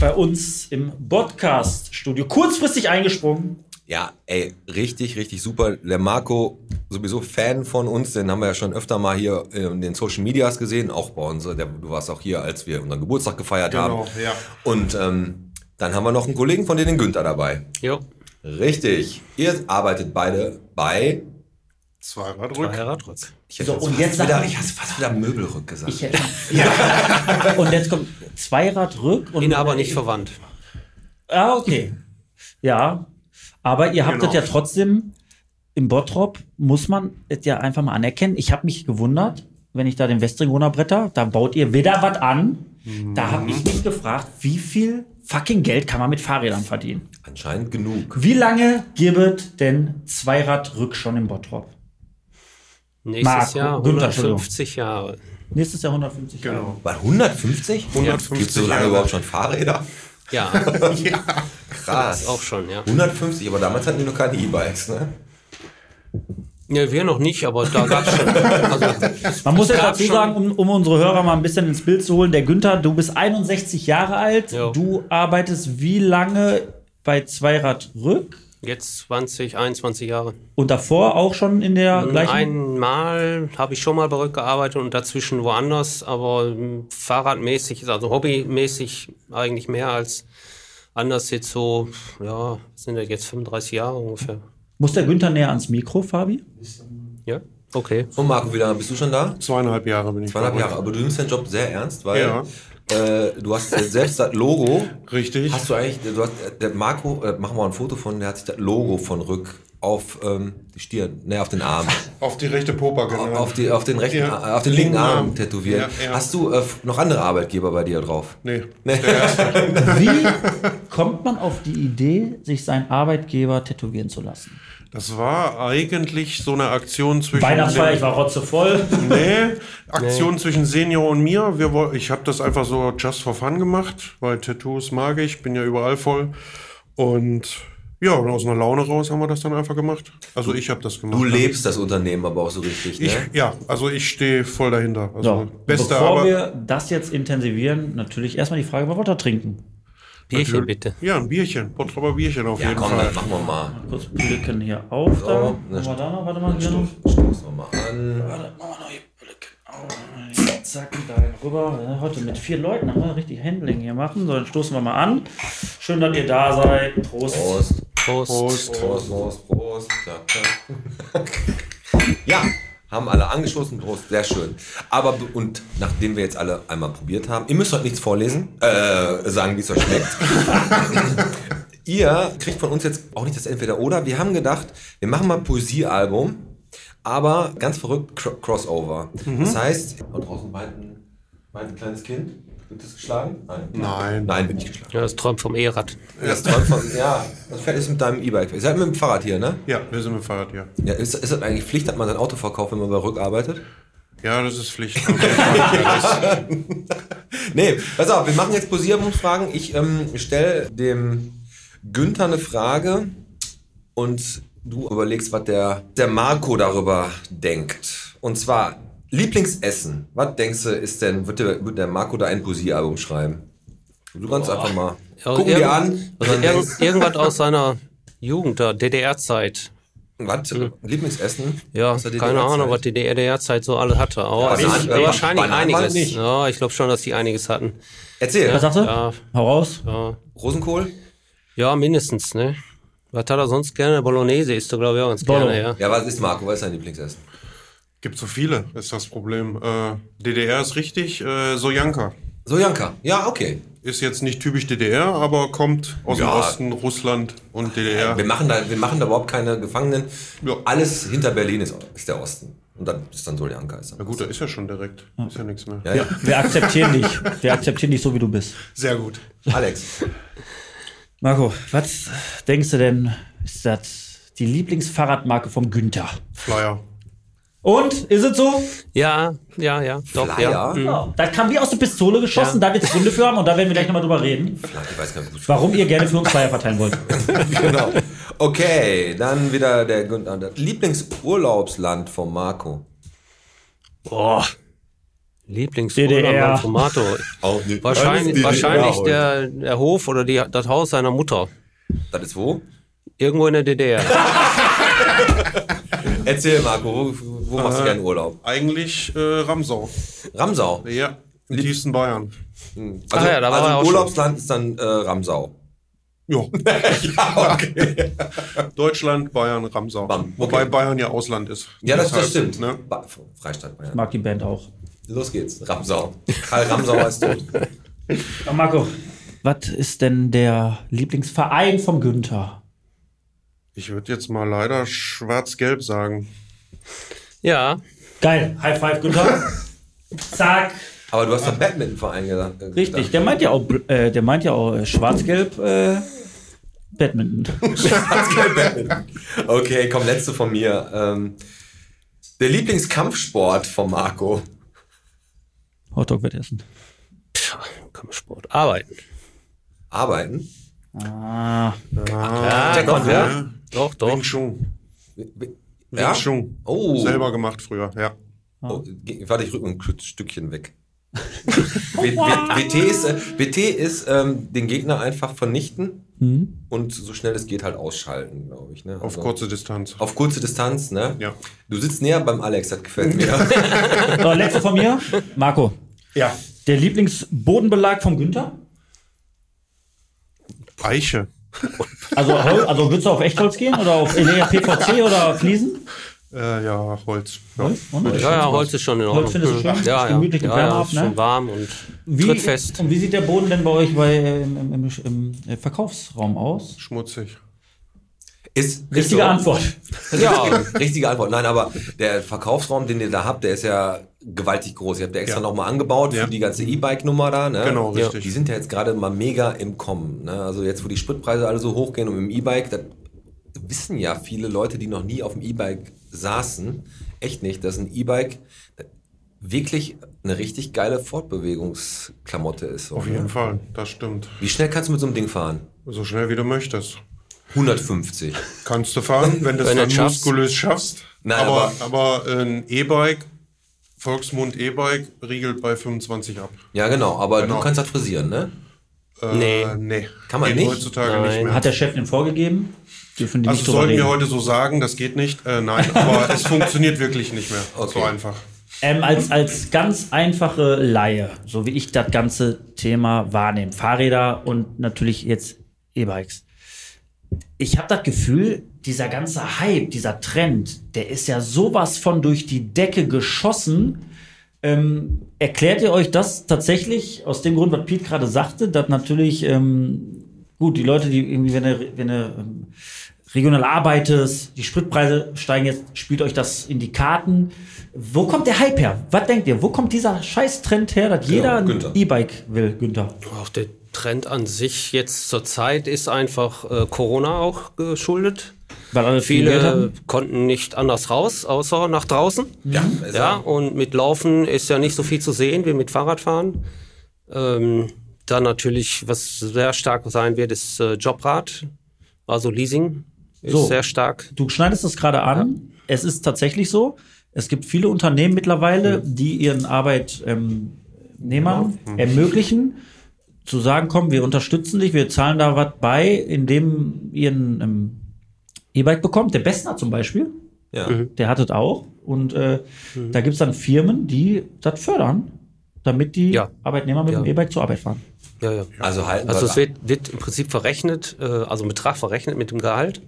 bei uns im Podcast-Studio. Kurzfristig eingesprungen. Ja, ey, richtig, richtig super. Der Marco, sowieso Fan von uns, den haben wir ja schon öfter mal hier äh, in den Social Medias gesehen, auch bei uns. äh, Der, du warst auch hier, als wir unseren Geburtstag gefeiert Genau, haben. ja. Und ähm, dann haben wir noch einen Kollegen von dir, den Günther, dabei. Jo, Richtig. Ihr arbeitet beide bei. Zweirad war Herr Radrutz. Ich hätte So, jetzt und fast jetzt sag wieder, mal- ich hab's fast wieder Möbelrück gesagt. Ich, Und jetzt kommt Zweirad rück. Und Bin aber nicht verwandt. Ah, okay. Ja, aber ihr habt Genau. das ja trotzdem im Bottrop, muss man es ja einfach mal anerkennen. Ich habe mich gewundert, wenn ich da den Westrigoner Bretter, da baut ihr wieder was an. Da habe ich mich gefragt, wie viel fucking Geld kann man mit Fahrrädern verdienen? Anscheinend genug. Wie lange gibt denn Zweirad-Rück schon im Bottrop? Nächstes Marco, Jahr Günther, 150 Jahre. Nächstes Jahr 150 Jahre. Genau. Bei 150? 150 Gibt's so lange Jahre. überhaupt schon Fahrräder? Ja, Krass. das auch schon, ja. 150, aber damals hatten die noch keine E-Bikes, ne? Ja, wir noch nicht, aber da gab's schon. Also, Man muss es jetzt gab dazu sagen, um, um unsere Hörer mal ein bisschen ins Bild zu holen, der Günther, du bist 61 Jahre alt, Jo. du arbeitest wie lange bei Zweirad Rück? Jetzt 20, 21 Jahre. Und davor auch schon in der gleichen. Einmal habe ich schon mal berück gearbeitet und dazwischen woanders, aber ähm, fahrradmäßig, also hobbymäßig eigentlich mehr als anders jetzt so, ja, sind das jetzt 35 Jahre ungefähr. Muss der Günther näher ans Mikro, Fabi? Ja, okay. Und Marco, wie lange bist du schon da? Zweieinhalb Jahre bin ich Zweieinhalb bei Jahre. euch. Aber du nimmst deinen Job sehr ernst, weil Ja. äh, du hast selbst das Logo. Richtig. Hast du eigentlich, du hast, der Marco, äh, machen wir mal ein Foto von, der hat sich das Logo von Rück auf ähm, die Stirn, ne, auf den Arm. Auf die rechte Popa, genau. Auf, die, auf den rechten, Ja. äh, auf den linken Linken Arm Arm. tätowiert. Ja, ja. Hast du äh, noch andere Arbeitgeber bei dir drauf? Nee. Nee. Wie kommt man auf die Idee, sich seinen Arbeitgeber tätowieren zu lassen? Das war eigentlich so eine Aktion zwischen. Weihnachtsfeier, ich war rotzevoll. Nee, Aktion zwischen Senior und mir. Wir, woll- ich habe das einfach so just for fun gemacht, weil Tattoos mag ich, bin ja überall voll. Und ja, und aus einer Laune raus haben wir das dann einfach gemacht. Also ich habe das gemacht. Du lebst das Unternehmen aber auch so richtig, ne? Ich, ja, also ich stehe voll dahinter. Also so, beste bevor Arbeit. wir das jetzt intensivieren, natürlich erstmal die Frage, was wollt ihr trinken? Bierchen bitte. Ja, ein Bierchen, Bottroper Bierchen auf ja, jeden komm, Fall. das machen wir mal. Kurz blicken hier auf. Da. So, Haben ne, wir da noch? Warte mal, hier noch. Stoß- Stoßen wir mal an. Warte, machen wir noch hier blicken. Oh, hier, Zack, da rüber. Ja, Heute mit vier Leuten haben wir richtig Handling hier machen. So, dann stoßen wir mal an. Schön, dass ihr da seid. Prost. Prost. Prost. Prost. Prost, Prost, Prost. Zack, zack. Ja, haben alle angeschossen. Prost, sehr schön. Aber be- und nachdem wir jetzt alle einmal probiert haben, ihr müsst heute nichts vorlesen, äh, sagen, wie es euch schmeckt. ihr kriegt von uns jetzt auch nicht das Entweder-Oder. Wir haben gedacht, wir machen mal ein Poesiealbum, aber ganz verrückt Cro Crossover. Das heißt, und draußen meint ein, meint ein kleines Kind. Wird das geschlagen? Nein. Nein. Nein, wird nicht geschlagen. Ja, das träumt vom E-Rad. Das träumt von, ja, das Pferd ist mit deinem E-Bike. Ihr seid mit dem Fahrrad hier, ne? Ja, wir sind mit dem Fahrrad, ja. Ja, ist, ist das eigentlich Pflicht, dass man sein Auto verkauft, wenn man bei Rück arbeitet? Ja, das ist Pflicht. Auf jeden Fall. Das- Nee, pass auf, wir machen jetzt Posierungsfragen. Ich ähm, stelle dem Günther eine Frage und du überlegst, was der, der Marco darüber denkt. Und zwar, Lieblingsessen. Was denkst du, ist denn, wird der, wird der Marco da ein Posieralbum schreiben? Du kannst einfach mal. Ja, Gucken irgend- dir an. und Also dann irgend, denkst, irgendwas aus seiner Jugend, da DDR-Zeit. Was? Lieblingsessen? Hm. Ja, Aus der keine DDR-Zeit? Ahnung, was die DDR-Zeit so alles hatte. Aber Bananen- eigentlich- Bananen- wahrscheinlich Bananen einiges. nicht. Ja, ich glaube schon, dass die einiges hatten. Erzähl. Was sagst du? Ja, Hau raus. ja. Rosenkohl? ja, mindestens, ne? Was hat er sonst gerne? Bolognese isst du, glaube ich, auch ganz Bolo. gerne, ja. Ja, was ist Marco? Was ist dein Lieblingsessen? Gibt so viele, ist das Problem. Äh, DDR ist richtig, äh, Sojanka. Sojanka. Ja, okay. Ist jetzt nicht typisch DDR, aber kommt aus Ja. dem Osten, Russland und DDR. Wir machen, da, wir machen da überhaupt keine Gefangenen. Ja. Alles hinter Berlin ist, ist der Osten. Und dann ist dann Soljanka. Ist dann Na gut, da ist ja schon direkt. Ist ja nichts mehr. Hm. ja, ja. Wir akzeptieren dich. Wir akzeptieren dich so, wie du bist. Sehr gut. Alex, Marco, was denkst du denn, ist das die Lieblingsfahrradmarke vom Günther? Flyer. Und, ist es so? Ja, ja, ja, doch, ja. Flyer. Mhm. Ja. Das kam wie aus der Pistole geschossen, da wir jetzt Gründe für haben und da werden wir gleich nochmal drüber reden, ich weiß gar nicht, gut. warum ihr gerne für uns Flyer verteilen wollt. genau. Okay, dann wieder der Günther. Das Lieblingsurlaubsland von Marco. Boah. DDR. Lieblingsurlaub Tomato. Auch nicht. Wahrscheinlich, Alles wahrscheinlich DDR der, der Hof oder die, das Haus seiner Mutter. Das ist wo? Irgendwo in der DDR. Erzähl, Marco, wo, wo machst du gerne Urlaub? Eigentlich äh, Ramsau. Ramsau. Ja, im tiefsten Bayern. Also, Ah ja, da war er also auch schon. Urlaubsland ist dann äh, Ramsau. Ja. ja, okay. Deutschland, Bayern, Ramsau. Bam. Okay. Wobei Bayern ja Ausland ist. Ja, das, das Deshalb, stimmt. Ne? Ba- Freistaat Bayern. Mag die Band auch. Los geht's. Ramsau. Karl Ramsauer ist tot. Ja, Marco, was ist denn der Lieblingsverein vom Günther? Ich würde jetzt mal leider schwarz-gelb sagen. Ja, Geil, High Five, Günther. Zack. Aber du hast doch Badmintonverein gesagt. äh, Richtig, gesagt. der meint ja auch, bl- äh, der meint ja auch äh, schwarz-gelb äh, Badminton. Hat's kein Badminton. Okay, komm, letzte von mir. Ähm, der Lieblingskampfsport von Marco. Hotdog wird essen. Kampfsport. Arbeiten. Arbeiten. Ah, Ja, Jack doch, on, ne? ja. Doch, doch. Wing Chun. Ja? Wing Chun. Oh. Selber gemacht früher, ja. oh. ge- Warte, ich rück mal ein Stückchen weg. W- W- WT ist, äh, WT ist ähm, den Gegner einfach vernichten Mhm. und so schnell es geht halt ausschalten, glaube ich. Ne? Auf kurze Distanz. Auf kurze Distanz, ne? Ja. Du sitzt näher beim Alex, das gefällt mir. So, letzte von mir. Marco. Ja. Der Lieblingsbodenbelag vom Günther? Eiche. Also, Hol- also würdest du auf Echtholz gehen oder auf nee, PVC oder Fliesen? Äh, ja, Holz. Ja. Und? Würde ich Ja, ja, jetzt Holz ist schon in Ordnung. Holz findest du schön? Ja, ja. Ist gemütlich und ja, wärmer ja, ab, ist ne? schon warm und Wie, tritt fest. Und wie sieht der Boden denn bei euch bei, äh, im, im, im, im äh, Verkaufsraum aus? Schmutzig. Ist, ist Richtige Antwort. Ja, richtige Antwort. Nein, aber der Verkaufsraum, den ihr da habt, der ist ja gewaltig groß. Ihr habt ja extra Ja. nochmal angebaut Ja. für die ganze E-Bike-Nummer da. Ne? Genau, Ja. richtig. Die sind ja jetzt gerade mal mega im Kommen. Ne? Also jetzt, wo die Spritpreise alle so hochgehen und im E-Bike, das wissen ja viele Leute, die noch nie auf dem E-Bike saßen, echt nicht, dass ein E-Bike wirklich eine richtig geile Fortbewegungsklamotte ist. so, Auf ne? jeden Fall, das stimmt. Wie schnell kannst du mit so einem Ding fahren? So schnell wie du möchtest. 150. Kannst du fahren, wenn du es Wenn du dann es schaffst. muskulös schaffst. Nein, aber, aber äh, ein E-Bike, Volksmund E-Bike, riegelt bei 25 ab. Ja, genau, aber Genau. du kannst das frisieren, ne? Äh, Nee. nee. Kann man Geht nicht? heutzutage nicht Nein. mehr. Hat der Chef den vorgegeben? Dürfen die also nicht drüber sollten reden. wir heute so sagen, das geht nicht. Äh, nein, aber es funktioniert wirklich nicht mehr. Okay. So einfach. Ähm, als, als ganz einfache Laie, so wie ich das ganze Thema wahrnehme, Fahrräder und natürlich jetzt E-Bikes. Ich habe das Gefühl, dieser ganze Hype, dieser Trend, der ist ja sowas von durch die Decke geschossen. Ähm, erklärt ihr euch das tatsächlich aus dem Grund, was Pete gerade sagte, dass natürlich, ähm, gut, die Leute, die irgendwie, wenn ihr, wenn ihr ähm, regional arbeitest, die Spritpreise steigen jetzt, spielt euch das in die Karten. Wo kommt der Hype her? Was denkt ihr? Wo kommt dieser Scheiß-Trend her, dass jeder ein Günther. E-Bike will, Günther? Auch der Trend an sich jetzt zur Zeit ist einfach äh, Corona auch geschuldet. Weil alle Äh, viel Geld Viele haben? konnten nicht anders raus, außer nach draußen. Ja, ja. Und mit Laufen ist ja nicht so viel zu sehen wie mit Fahrradfahren. Ähm, dann natürlich, was sehr stark sein wird, ist äh, Jobrad, also Leasing. Ist So. sehr stark. Du schneidest das gerade an. Es ist tatsächlich so. Es gibt viele Unternehmen mittlerweile, die ihren Arbeitnehmern Genau. ermöglichen, zu sagen, komm, wir unterstützen dich, wir zahlen da was bei, indem ihr ein ähm, E-Bike bekommt. Der Bestner zum Beispiel, Ja. Mhm. der hat es auch. Und äh, Mhm. da gibt es dann Firmen, die das fördern, damit die Ja. Arbeitnehmer mit Ja. dem E-Bike zur Arbeit fahren. Ja, ja. Also halten Also wir- es wird, wird im Prinzip verrechnet, äh, also ein Betrag verrechnet mit dem Gehalt.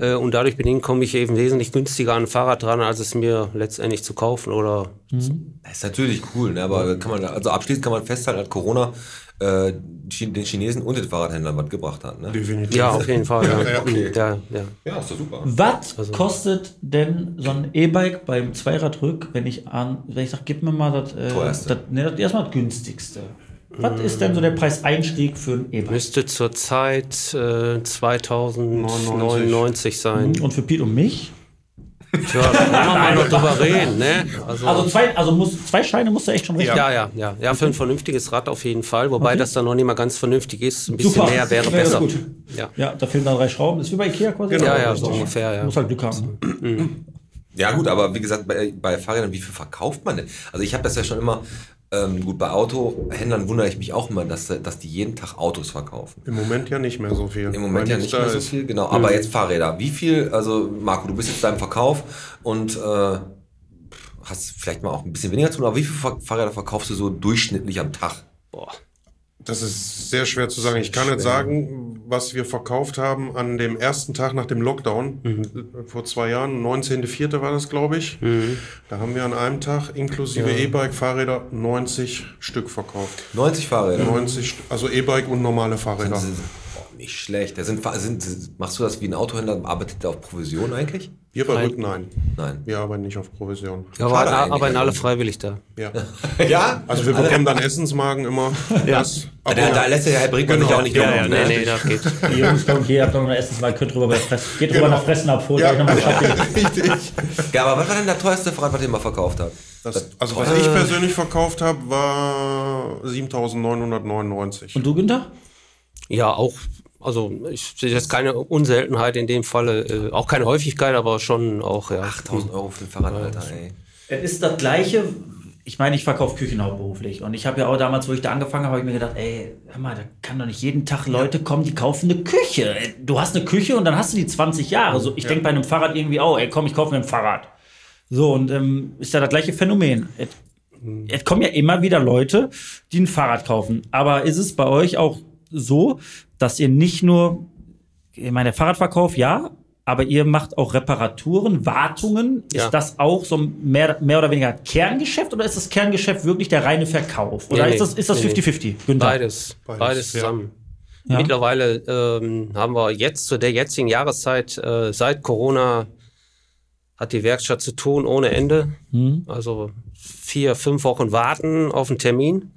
Äh, und dadurch bedingt komme ich eben wesentlich günstiger an ein Fahrrad dran, als es mir letztendlich zu kaufen oder Das ist natürlich cool, ne? aber kann man, also abschließend kann man festhalten, dass Corona äh, Chi- den Chinesen und den Fahrradhändlern was gebracht hat. Ne? Definitiv. Ja, auf jeden Fall. Ja, Ja, ja, okay. ja, ja. Ja, ist doch super. Was Also- kostet denn so ein E-Bike beim Zweirad-Rück, wenn ich an, wenn ich sage, gib mir mal das, äh, Teuerste. das, nee, das erstmal das günstigste? Äh, Was ist denn so der Preiseinstieg für ein E-Bike? Müsste zurzeit äh, 2099 sein. Und für Piet und mich? Tja, da kann man mal noch drüber reden, ne? Also, Also zwei, also muss, zwei Scheine musst du echt schon ja. rechnen. ja, ja, ja. für ein vernünftiges Rad auf jeden Fall, wobei das dann noch nicht mal ganz vernünftig ist. Ein bisschen Super. mehr wäre Wäre besser. gut. Ja. Genau, Ja, da fehlen dann drei Schrauben. Ist wie bei Ikea quasi. Ja, ja, so so ungefähr, ja. Muss halt Glück haben. Ja gut, aber wie gesagt, bei, bei Fahrrädern, wie viel verkauft man denn? Also ich habe das ja schon immer, ähm, gut, bei Autohändlern wundere ich mich auch immer, dass, dass die jeden Tag Autos verkaufen. Im Moment ja nicht mehr so viel. Im Moment Weil ja nichts nicht da mehr so ist. viel, genau. Aber jetzt Fahrräder. Wie viel, also Marco, du bist jetzt da im Verkauf und äh, hast vielleicht mal auch ein bisschen weniger zu tun, aber wie viel Fahr- Fahrräder verkaufst du so durchschnittlich am Tag? Boah. Das ist sehr schwer zu sagen. Ich kann jetzt sagen, was wir verkauft haben an dem ersten Tag nach dem Lockdown, vor zwei Jahren, 19.04. war das, glaube ich. Da haben wir an einem Tag inklusive E-Bike-Fahrräder 90 Stück verkauft. 90 Fahrräder. 90, St- also E-Bike und normale Fahrräder. Das ist boah, nicht schlecht. Das sind, Fa- sind, machst du das wie ein Autohändler? Arbeitet der auf Provision eigentlich? Wir bei Rück, nein. Nein. Wir arbeiten nicht auf Provision. Ja, aber, Schade aber, eigentlich. in alle freiwillig da. Ja. Ja? Ah, Also wir bekommen dann Essensmagen immer. Ja. Das, aber da, da lässt er ja bringt man sich Genau. auch nicht ne? ja, ja, nee, nee, das geht. Die Jungs, komm, hier, habt noch eine Essenswahl, könnt drüber bei Fressen. Geht drüber Genau. nach Fressen ab, holt Ja. euch nochmal Kaffee. richtig. ja, aber was war denn der teuerste Fahrrad, was ihr mal verkauft habt? Das, also was ich persönlich verkauft habe, war 7.999. Und du, Günther? Ja, auch, also ich sehe jetzt keine Unseltenheit in dem Falle, äh, auch keine Häufigkeit, aber schon auch, ja. 8000 Euro für ein Fahrrad, Alter, ey. Es ist das Gleiche, ich meine, ich verkaufe Küchen hauptberuflich. Und ich habe ja auch damals, wo ich da angefangen habe, habe ich mir gedacht, ey, hör mal, da kann doch nicht jeden Tag Leute kommen, die kaufen eine Küche. Ey, Du hast eine Küche und dann hast du die 20 Jahre. So, ich denke bei einem Fahrrad irgendwie auch, ey, komm, ich kaufe mir ein Fahrrad. So, und ähm, ist ja das gleiche Phänomen. Es- Mhm. Es kommen ja immer wieder Leute, die ein Fahrrad kaufen. Aber ist es bei euch auch so, dass ihr nicht nur, ich meine, der Fahrradverkauf, ja, aber ihr macht auch Reparaturen, Wartungen. Ja. Ist das auch so ein mehr, mehr oder weniger Kerngeschäft oder ist das Kerngeschäft wirklich der reine Verkauf? Oder Nee, ist das nee, ist das nee, 50-50? nee. Günther? Beides, beides, Beides, ja. zusammen. Ja. Mittlerweile ähm, haben wir jetzt zu der jetzigen Jahreszeit äh, seit Corona hat die Werkstatt zu tun ohne Ende. Mhm. Hm. Also vier, fünf Wochen warten auf einen Termin.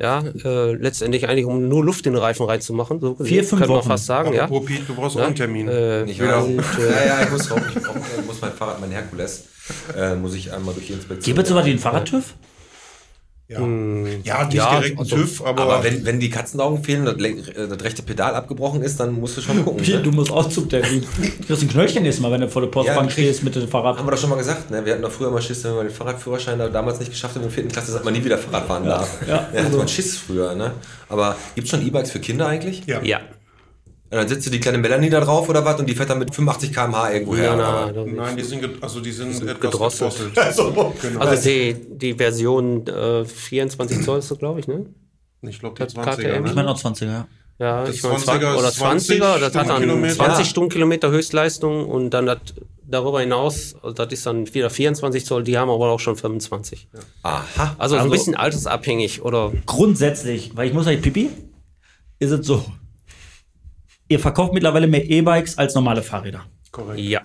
Ja, äh, letztendlich eigentlich, um nur Luft in den Reifen reinzumachen. So gesehen, Vier, fünf könnte man Wochen. fast sagen, ja. Apropos Piet, du brauchst auch einen Termin. Äh, Ich Ich will weiß. auch. Ja, ja, ich muss rauf. Ich brauch, äh, muss mein Fahrrad, mein Herkules, äh, muss ich einmal durch die Inspektion. Gibt es sowas wie einen Fahrradtüff? Ja. Ja, nicht direkt ein TÜV, aber- Aber wenn, wenn die Katzenaugen fehlen, das, lenk- äh, das rechte Pedal abgebrochen ist, dann musst du schon gucken. Hier, ne? Du musst auch zum Termin. Du kriegst ein Knöllchen nächstes Mal, wenn du vor der Postbank stehst mit dem Fahrrad. Haben wir doch schon mal gesagt, ne? Wir hatten doch früher mal Schiss, wenn man den Fahrradführerschein da damals nicht geschafft hat, in der vierten Klasse, dass man nie wieder Fahrrad fahren darf. Ja. Da hatte man Schiss früher, ne? Aber gibt's schon E-Bikes für Kinder eigentlich? Ja. Ja. Und dann sitzt du die kleine Melanie da drauf oder was und die fährt dann mit 85 km/h irgendwo her. Ja, na, aber- da- Nein, die sind, ge- also die sind, etwas gedrosselt. gedrosselt. Also, Genau. die, die Version äh, 24 Zoll ist so, glaube ich, ne? Ich glaube, die Hat 20er. Ne? Ich meine auch 20er, ja. Ja, Das ich meine 20er 20er oder 20er, das hat dann Stundenkilometer. 20 Ja. Stundenkilometer Höchstleistung und dann das darüber hinaus, also das ist dann wieder 24 Zoll, die haben aber auch schon 25. Aha. Also, so Also- ein bisschen altersabhängig oder Grundsätzlich, weil ich muss sagen, Pipi, ist es so. Ihr verkauft mittlerweile mehr E-Bikes als normale Fahrräder. Korrekt. ja.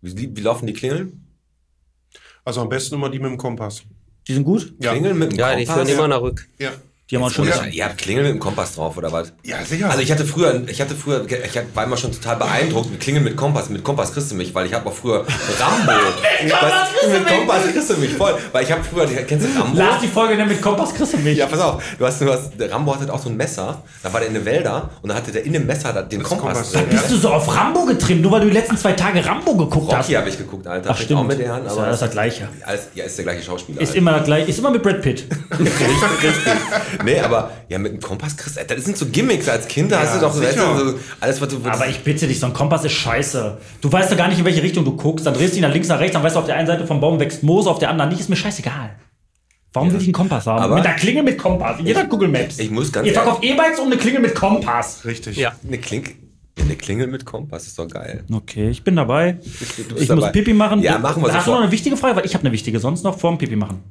Wie, wie laufen die Klingeln? Also am besten immer die mit dem Kompass. Die sind gut? Ja. Klingeln mit dem Ja, die Kompass? führen immer nach Rück. Ja. Die haben auch schon. Oder ihr habt Klingel mit dem Kompass drauf oder was? Ja, sicher. Also ich hatte früher, ich hatte früher, ich hab- war immer schon total beeindruckt mit Klingel mit Kompass. Mit Kompass kriegst du mich, weil ich habe auch früher Rambo. mit Kompass, kriegst mit Kompass kriegst du mich voll, weil ich habe früher, kennst du Rambo? Lars die Folge denn mit Kompass kriegst du mich. Ja, pass auf, du hast, du hast, der Rambo hatte auch so ein Messer, da war der in den Wälder und da hatte der in dem Messer da den Kompass Kompass, drin. Bist du so auf Rambo getrimmt, nur weil du die letzten zwei Tage Rambo geguckt hast? Rocky habe ich geguckt, Alter. Ach, Fängt stimmt. Auch mit an, Ist aber ja das ist das Gleiche. alles, ja, ist der gleiche Schauspieler. Ist halt. immer das gleiche. Ist immer mit Brad Pitt. richtig, richtig. Nee, aber ja, mit dem Kompass kriegst du, das sind so Gimmicks als Kind, da hast du doch so, sicher. weißt du, so alles, was du was- Aber ich bitte dich, so ein Kompass ist scheiße. Du weißt ja gar nicht, in welche Richtung du guckst. Dann drehst du ihn nach links, nach rechts, dann weißt du, auf der einen Seite vom Baum wächst Moos, auf der anderen nicht. Ist mir scheißegal. Warum will ich einen Kompass haben? Aber- mit einer Klinge mit Kompass. Jeder hat Google Maps. ich muss ganz Ihr verkauft E-Bikes um eine Klinge mit Kompass. Richtig. Ja. Eine, Klink eine Klingel mit Kompass ist doch geil. Okay, ich bin dabei. Du bist Ich dabei. muss Pipi machen. Ja, machen wir Hast du noch sofort. eine wichtige Frage? Weil ich habe eine wichtige, sonst noch vorm Pipi machen.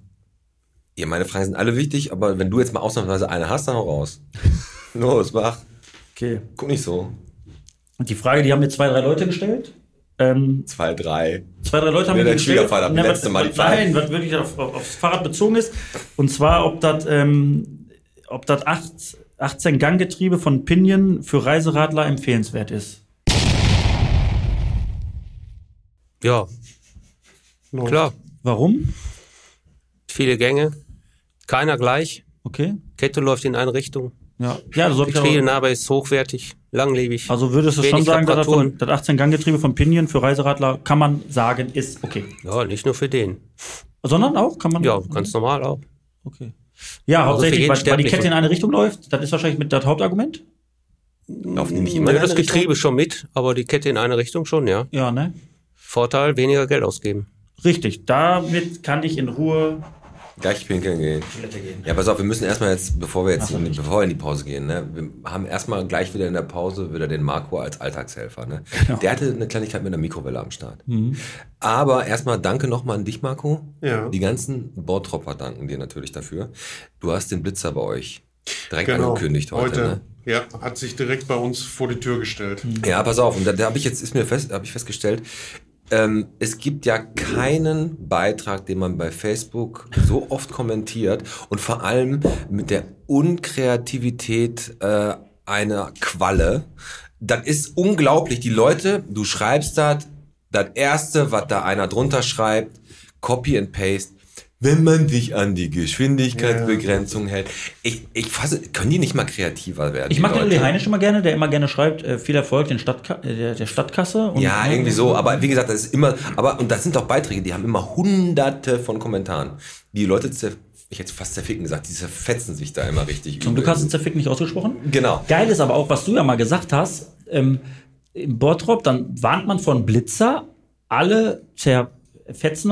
Ja, meine Fragen sind alle wichtig, aber wenn du jetzt mal ausnahmsweise eine hast, dann hau raus. Los, mach. Okay. Guck nicht so. Und die Frage, die haben mir zwei, drei Leute gestellt. Ähm, Zwei, drei. zwei, drei Leute haben Ja, mir dein Schwiegervater hat mir Na, letzte Mal die Frage- Nein, was wirklich auf, auf, aufs Fahrrad bezogen ist. Und zwar, ob das ähm, ob das acht- 18-Gang-Getriebe von Pinion für Reiseradler empfehlenswert ist. Ja, Läuft. klar. Warum? Viele Gänge, keiner gleich. Okay. Kette läuft in eine Richtung. Ja, ja so hab ich aber, Getriebenarbe ist hochwertig, langlebig. Also würdest du schon Wenig sagen, dass das Reparaturen. von- das 18-Gang-Getriebe von Pinion für Reiseradler kann man sagen, ist okay. Ja, nicht nur für den. Sondern auch kann man. Mhm. Ja, ganz normal auch. Okay. Ja, Also für hauptsächlich, jeden weil, weil die Sterblichen. Kette in eine Richtung läuft, das ist wahrscheinlich mit das Hauptargument. Laufen die nicht immer Ja, in das eine Getriebe schon mit, aber die Kette in eine Richtung schon, ja. Ja, ne? Vorteil, weniger Geld ausgeben. Richtig, damit kann ich in Ruhe Richtung? Gleich pinkeln gehen. Toilette gehen. Ja, pass auf, wir müssen erstmal jetzt, bevor wir jetzt, Ach, nicht. bevor wir in die Pause gehen, ne, wir haben erstmal gleich wieder in der Pause wieder den Marco als Alltagshelfer, ne. Der hatte eine Kleinigkeit mit einer Mikrowelle am Start. Aber erstmal danke nochmal an dich, Marco. Ja. Die ganzen Boardtropper danken dir natürlich dafür. Du hast den Blitzer bei euch direkt Genau. angekündigt heute, ne? Hm. Ja, hat sich direkt bei uns vor die Tür gestellt. Ja, pass auf, und da, da habe ich jetzt, ist mir fest, habe ich festgestellt, ähm, es gibt ja keinen Beitrag, den man bei Facebook so oft kommentiert und vor allem mit der Unkreativität äh, einer Qualle. Das ist unglaublich. Die Leute, du schreibst das, das erste, was da einer drunter schreibt, Copy and Paste. wenn man dich an die Geschwindigkeitsbegrenzung hält. Ich, ich fasse, können die nicht mal kreativer werden? Ich mag die den Uli Leute? Heine schon mal gerne, der immer gerne schreibt, äh, viel Erfolg den Stadtka äh, der, der Stadtkasse. Und Ja, irgendwie so. Aber wie gesagt, das ist immer, aber, und das sind auch Beiträge, die haben immer hunderte von Kommentaren. Die Leute, zer, ich hätte fast zerficken gesagt, die zerfetzen sich da immer richtig. Und du übel. kannst den Zerfick nicht ausgesprochen? Genau. Geil ist aber auch, was du ja mal gesagt hast, ähm, im Bottrop, dann warnt man von Blitzer, alle zerfetzen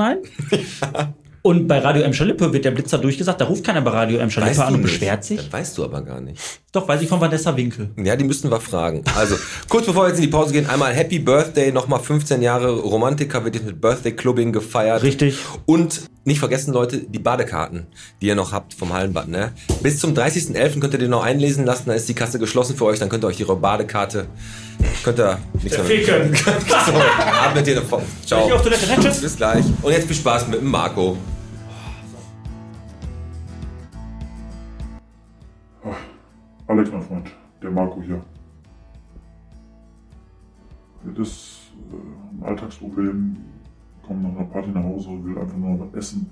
ein. und bei Radio M. Schalippe wird der Blitzer durchgesagt, da ruft keiner bei Radio M. Schalippe Weißt an du und nicht. beschwert sich. Das weißt du aber gar nicht. Doch, weiß ich von Vanessa Winkel. Ja, die müssten wir fragen. Also, kurz bevor wir jetzt in die Pause gehen, einmal Happy Birthday, nochmal 15 Jahre Romantiker wird jetzt mit Birthday Clubbing gefeiert. Richtig. Und nicht vergessen, Leute, die Badekarten, die ihr noch habt vom Hallenbad, ne? Bis zum 30.11. könnt ihr die noch einlesen lassen, dann ist die Kasse geschlossen für euch, dann könnt ihr euch ihre Badekarte, könnt ihr nichts Ficken. So, ab mit dir davon. Ciao. Ich geh auf Toilette, ne? Tschüss. Bis gleich. Und jetzt viel Spaß mit dem Marco. Alex, mein Freund, der Marco hier. Das ist äh, ein Alltagsproblem. Komme nach einer Party nach Hause, will einfach nur was essen.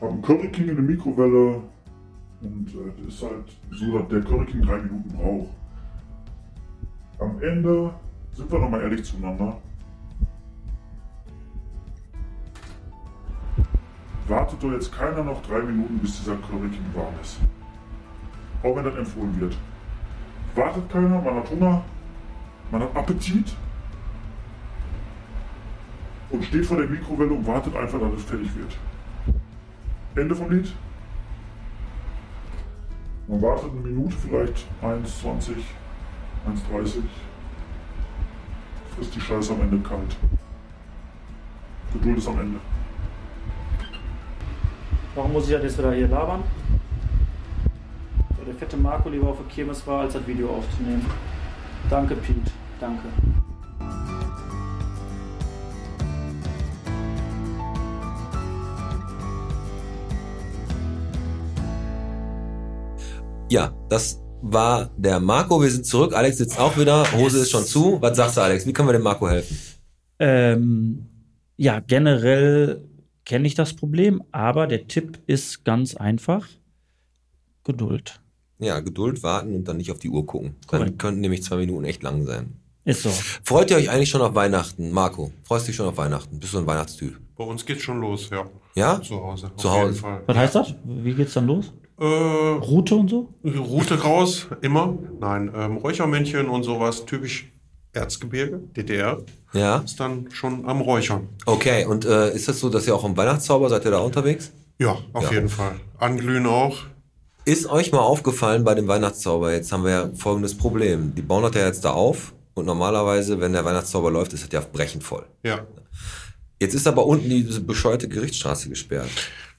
Hab einen Curry King in der Mikrowelle. Und äh, das ist halt so, dass der Curry King drei Minuten braucht. Am Ende sind wir nochmal ehrlich zueinander. Wartet doch jetzt keiner noch drei Minuten, bis dieser Curry King warm ist auch wenn das empfohlen wird. Wartet keiner, man hat Hunger, man hat Appetit und steht vor der Mikrowelle und wartet einfach, dass es fertig wird. Ende vom Lied. Man wartet eine Minute vielleicht, 1,20, 1,30, frisst die Scheiße am Ende kalt. Geduld ist am Ende. Warum muss ich das jetzt wieder hier labern? Der fette Marco lieber auf der Kirmes war, als das Video aufzunehmen. Danke, Pete. Danke. Ja, das war der Marco. Wir sind zurück. Alex sitzt auch wieder. Hose ist schon zu. Was sagst du, Alex? Wie können wir dem Marco helfen? Ähm, ja, generell kenne ich das Problem, aber der Tipp ist ganz einfach. Geduld. Ja, Geduld warten und dann nicht auf die Uhr gucken. Dann Korrekt. könnten nämlich zwei Minuten echt lang sein. Ist so. Freut ihr euch eigentlich schon auf Weihnachten, Marco? Freust du dich schon auf Weihnachten? Bist du ein Weihnachtstyp? Bei uns geht's schon los, ja. Ja? Zu Hause. Zu auf Hause. Jeden Fall. Was heißt das? Wie geht's dann los? Äh, Route und so? Route raus, immer. Nein, ähm, Räuchermännchen und sowas, typisch Erzgebirge, DDR. Ja. Ist dann schon am Räuchern. Okay, und äh, ist das so, dass ihr auch im Weihnachtszauber seid ihr da unterwegs? Ja, auf jeden Fall. Anglühen auch. Ist euch mal aufgefallen bei dem Weihnachtszauber? Jetzt haben wir ja folgendes Problem. Die bauen das ja jetzt da auf und normalerweise, wenn der Weihnachtszauber läuft, ist das ja brechend voll. Ja. Jetzt ist aber unten diese bescheuerte Gerichtsstraße gesperrt.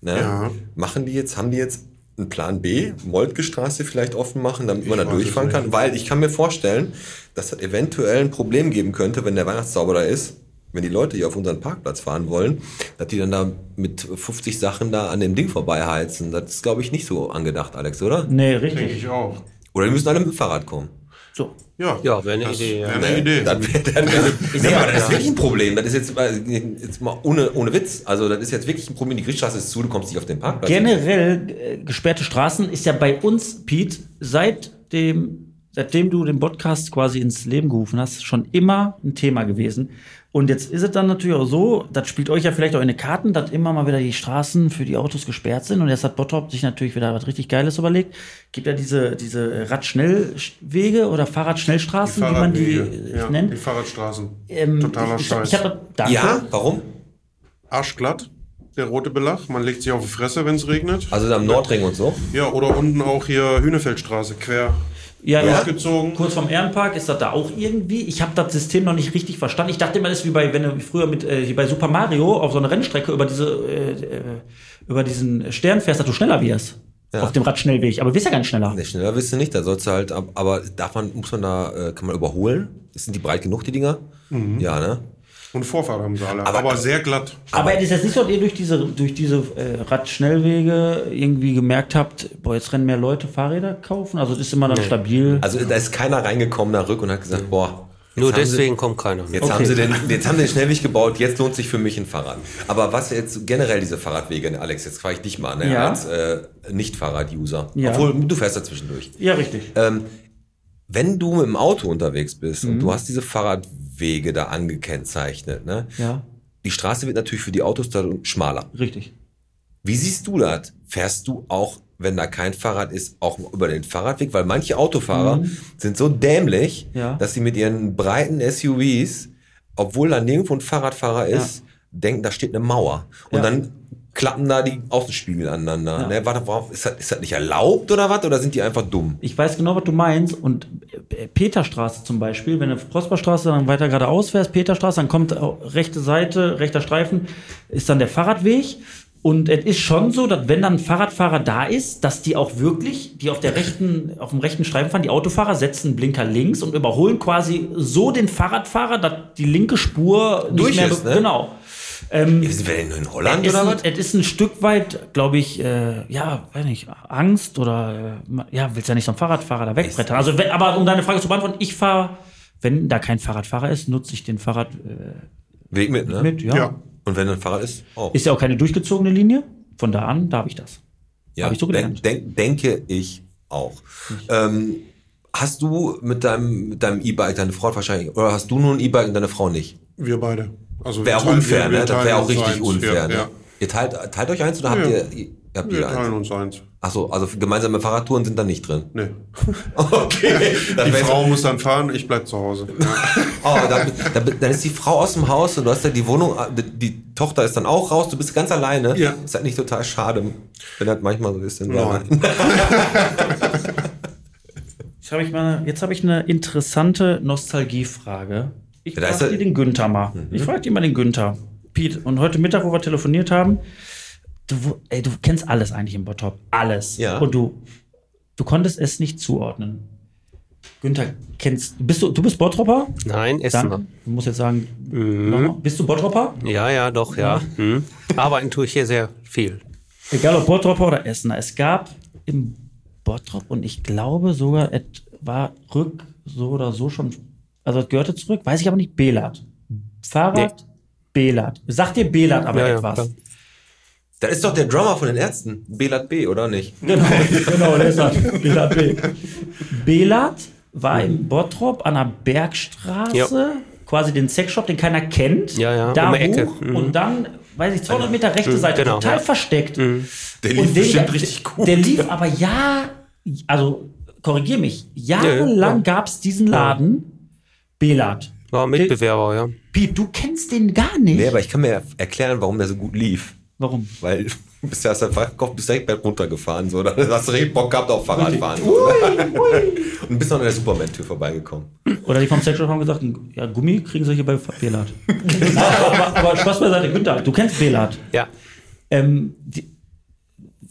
Ne? Ja. Machen die jetzt, haben die jetzt einen Plan B, Moltke Straße vielleicht offen machen, damit man da Ich weiß es durchfahren kann? nicht. Weil ich kann mir vorstellen, dass das eventuell ein Problem geben könnte, wenn der Weihnachtszauber da ist, wenn die Leute hier auf unseren Parkplatz fahren wollen, dass die dann da mit 50 Sachen da an dem Ding vorbeiheizen. Das ist, glaube ich, nicht so angedacht, Alex, oder? Nee, Denke richtig. ich auch. Oder die müssen alle mit dem Fahrrad kommen. So. Ja, Ja, wäre eine das Idee, ja. Wäre eine Idee. Dann, dann, nee, aber das ist wirklich ein Problem. Das ist jetzt, mal- jetzt mal ohne, ohne Witz. Also, das ist jetzt wirklich ein Problem. Die Gerichtsstraße ist zu, du kommst nicht auf den Parkplatz. Generell äh, gesperrte Straßen ist ja bei uns, Pete, seit dem, seitdem du den Podcast quasi ins Leben gerufen hast, schon immer ein Thema gewesen. Und jetzt ist es dann natürlich auch so, das spielt euch ja vielleicht auch in die Karten, dass immer mal wieder die Straßen für die Autos gesperrt sind. Und jetzt hat Bottrop sich natürlich wieder was richtig Geiles überlegt. Gibt ja diese, diese Radschnellwege oder Fahrradschnellstraßen, wie man die Fahrradwege, äh, ja, nennt. Die Fahrradstraßen. Ähm, Totaler ich, ich, Scheiß. ich hab, da- danke. Ja, warum? Arschglatt, der rote Belach. Man legt sich auf die Fresse, wenn es regnet. Also am Nordring und so. Ja, oder unten auch hier Hühnefeldstraße, quer ja, ja. durchgezogen. Kurz vom Ehrenpark ist das da auch irgendwie. Ich habe das System noch nicht richtig verstanden. Ich dachte immer, das ist wie bei, wenn du früher mit äh, wie bei Super Mario auf so einer Rennstrecke über diese äh, äh, über diesen Stern fährst, dass du schneller wirst. Ja. Auf dem Radschnellweg. Aber du wirst ja gar nicht schneller. Nee, schneller bist du nicht. Da sollst du halt, ab- aber darf man, muss man da, äh, kann man überholen? Sind die breit genug, die Dinger? Ja, ne? Und Vorfahrt haben sie alle. Aber- Aber, sehr glatt. Aber es ist jetzt nicht so, dass ihr durch diese, durch diese äh, Radschnellwege irgendwie gemerkt habt, boah, jetzt rennen mehr Leute Fahrräder kaufen. Also das ist immer dann stabil. Also da ist keiner reingekommen da rück und hat gesagt, boah, Nur haben deswegen kommt keiner mehr. Jetzt, Okay. haben sie den, jetzt haben sie den Schnellweg gebaut, jetzt lohnt sich für mich ein Fahrrad. Aber was jetzt generell diese Fahrradwege, ne, Alex, jetzt frage ich dich mal, ne, Ja. als äh, Nicht-Fahrrad-User. Ja. Obwohl, du fährst dazwischen durch. Ja, richtig. Ähm, wenn du mit dem Auto unterwegs bist und Mhm. du hast diese Fahrradwege da angekennzeichnet, ne? Ja. Die Straße wird natürlich für die Autos da schmaler. Richtig. Wie siehst du das? Fährst du auch, wenn da kein Fahrrad ist, auch über den Fahrradweg? Weil manche Autofahrer Mhm. sind so dämlich, Ja. dass sie mit ihren breiten SUVs, obwohl da nirgendwo ein Fahrradfahrer ist, denken, da steht eine Mauer. Und Ja. dann klappen da die Außenspiegel aneinander. Ja. Ne, warte, warum, ist, das, ist das nicht erlaubt oder was? Oder sind die einfach dumm? Ich weiß genau, was du meinst. Und äh, Peterstraße zum Beispiel, wenn du Prosperstraße dann weiter geradeaus fährst, Peterstraße, dann kommt äh, rechte Seite, rechter Streifen, ist dann der Fahrradweg. Und es ist schon so, dass wenn dann ein Fahrradfahrer da ist, dass die auch wirklich, die auf der rechten, auf dem rechten Streifen fahren, die Autofahrer setzen Blinker links und überholen quasi so den Fahrradfahrer, dass die linke Spur Durch nicht mehr ist, ne? genau. Ähm, Sind wir denn in Holland es ist oder was? ein- Es ist ein Stück weit, glaube ich, äh, ja, weiß nicht, Angst oder äh, ma- ja, willst ja nicht so einen Fahrradfahrer da wegbrettern. Also, wenn, aber um deine Frage zu beantworten, ich fahre, wenn da kein Fahrradfahrer ist, nutze ich den Fahrrad. Äh, Weg mit, ne? Mit, ja. Ja. Und wenn ein Fahrrad ist, auch. ist ja auch keine durchgezogene Linie. Von da an darf ich das. Ja, Hab ich so gelernt. Denk, denk, denke ich auch. Ähm, hast du mit deinem mit deinem E-Bike deine Frau hat wahrscheinlich, oder hast du nur ein E-Bike und deine Frau nicht? Wir beide. Also wäre wir auch teilen- unfair, wir- wir ne? Das wäre teilen auch uns richtig eins, unfair. ja, ne? ja. Ihr teilt, teilt euch eins oder habt Ja. ihr, ihr habt Wir jeder teilen eins? uns eins. Achso, also gemeinsame Fahrradtouren sind da nicht drin. Nee. Okay. Die wär's- Frau muss dann fahren, ich bleib zu Hause. Oh, dann, dann, dann ist die Frau aus dem Haus und du hast ja die Wohnung, ah, die, die Tochter ist dann auch raus, du bist ganz alleine. Ja. Ist halt nicht total schade, wenn das manchmal so ist. Dann Nein. Jetzt habe ich, mal- jetzt hab ich eine interessante Nostalgiefrage. Ich Ja, da ist frage er- Mhm. dir den Günther mal. Ich frage dir mal den Günther. Piet, und heute Mittag, wo wir telefoniert haben, du, wu- ey, du kennst alles eigentlich im Bottrop. Alles. Ja. Und du, du konntest es nicht zuordnen. Günther, kennst bist du, du bist Bottropper? Nein, Essener. Dann, du musst jetzt sagen, nochmal. bist du Bottropper? Ja, ja, doch, ja. Ja. Hm. Arbeiten tue ich hier sehr viel. Egal ob Bottropper oder Essener. Es gab im Bottrop und ich glaube sogar, es war rück so oder so schon, also es gehörte zurück, weiß ich aber nicht, Belat. Fahrrad, Belat. Sagt dir Belat aber Ja, ja, etwas. klar. Da ist doch der Drummer von den Ärzten, Belat B, oder nicht? Genau, genau, der ist das. Belat B. Belat war im Bottrop an der Bergstraße, Ja. quasi den Sexshop, den keiner kennt. Ja, ja, da um hoch die Ecke. Mhm. und dann, weiß ich, 200 Meter rechte Mhm, Seite, genau, total ja. Mhm. versteckt. Der Und den- Der lief aber ja, also korrigier mich, jahrelang Ja, ja, ja. gab es diesen Laden, Belat. War Mitbewerber, ja. Piet, du kennst den gar nicht. Nee, aber ich kann mir erklären, warum der so gut lief. Warum? Weil bist du hast einfach Kopf bis direkt berg runtergefahren, so. Dann hast du richtig Bock gehabt auf Fahrradfahren. Und bist noch an der Superman-Tür vorbeigekommen. Oder die vom Sexshop haben gesagt, ja, Gummi kriegen sie hier bei Belat. aber, aber Spaß beiseite, Günther, du kennst Belat. Ja. Ähm, die,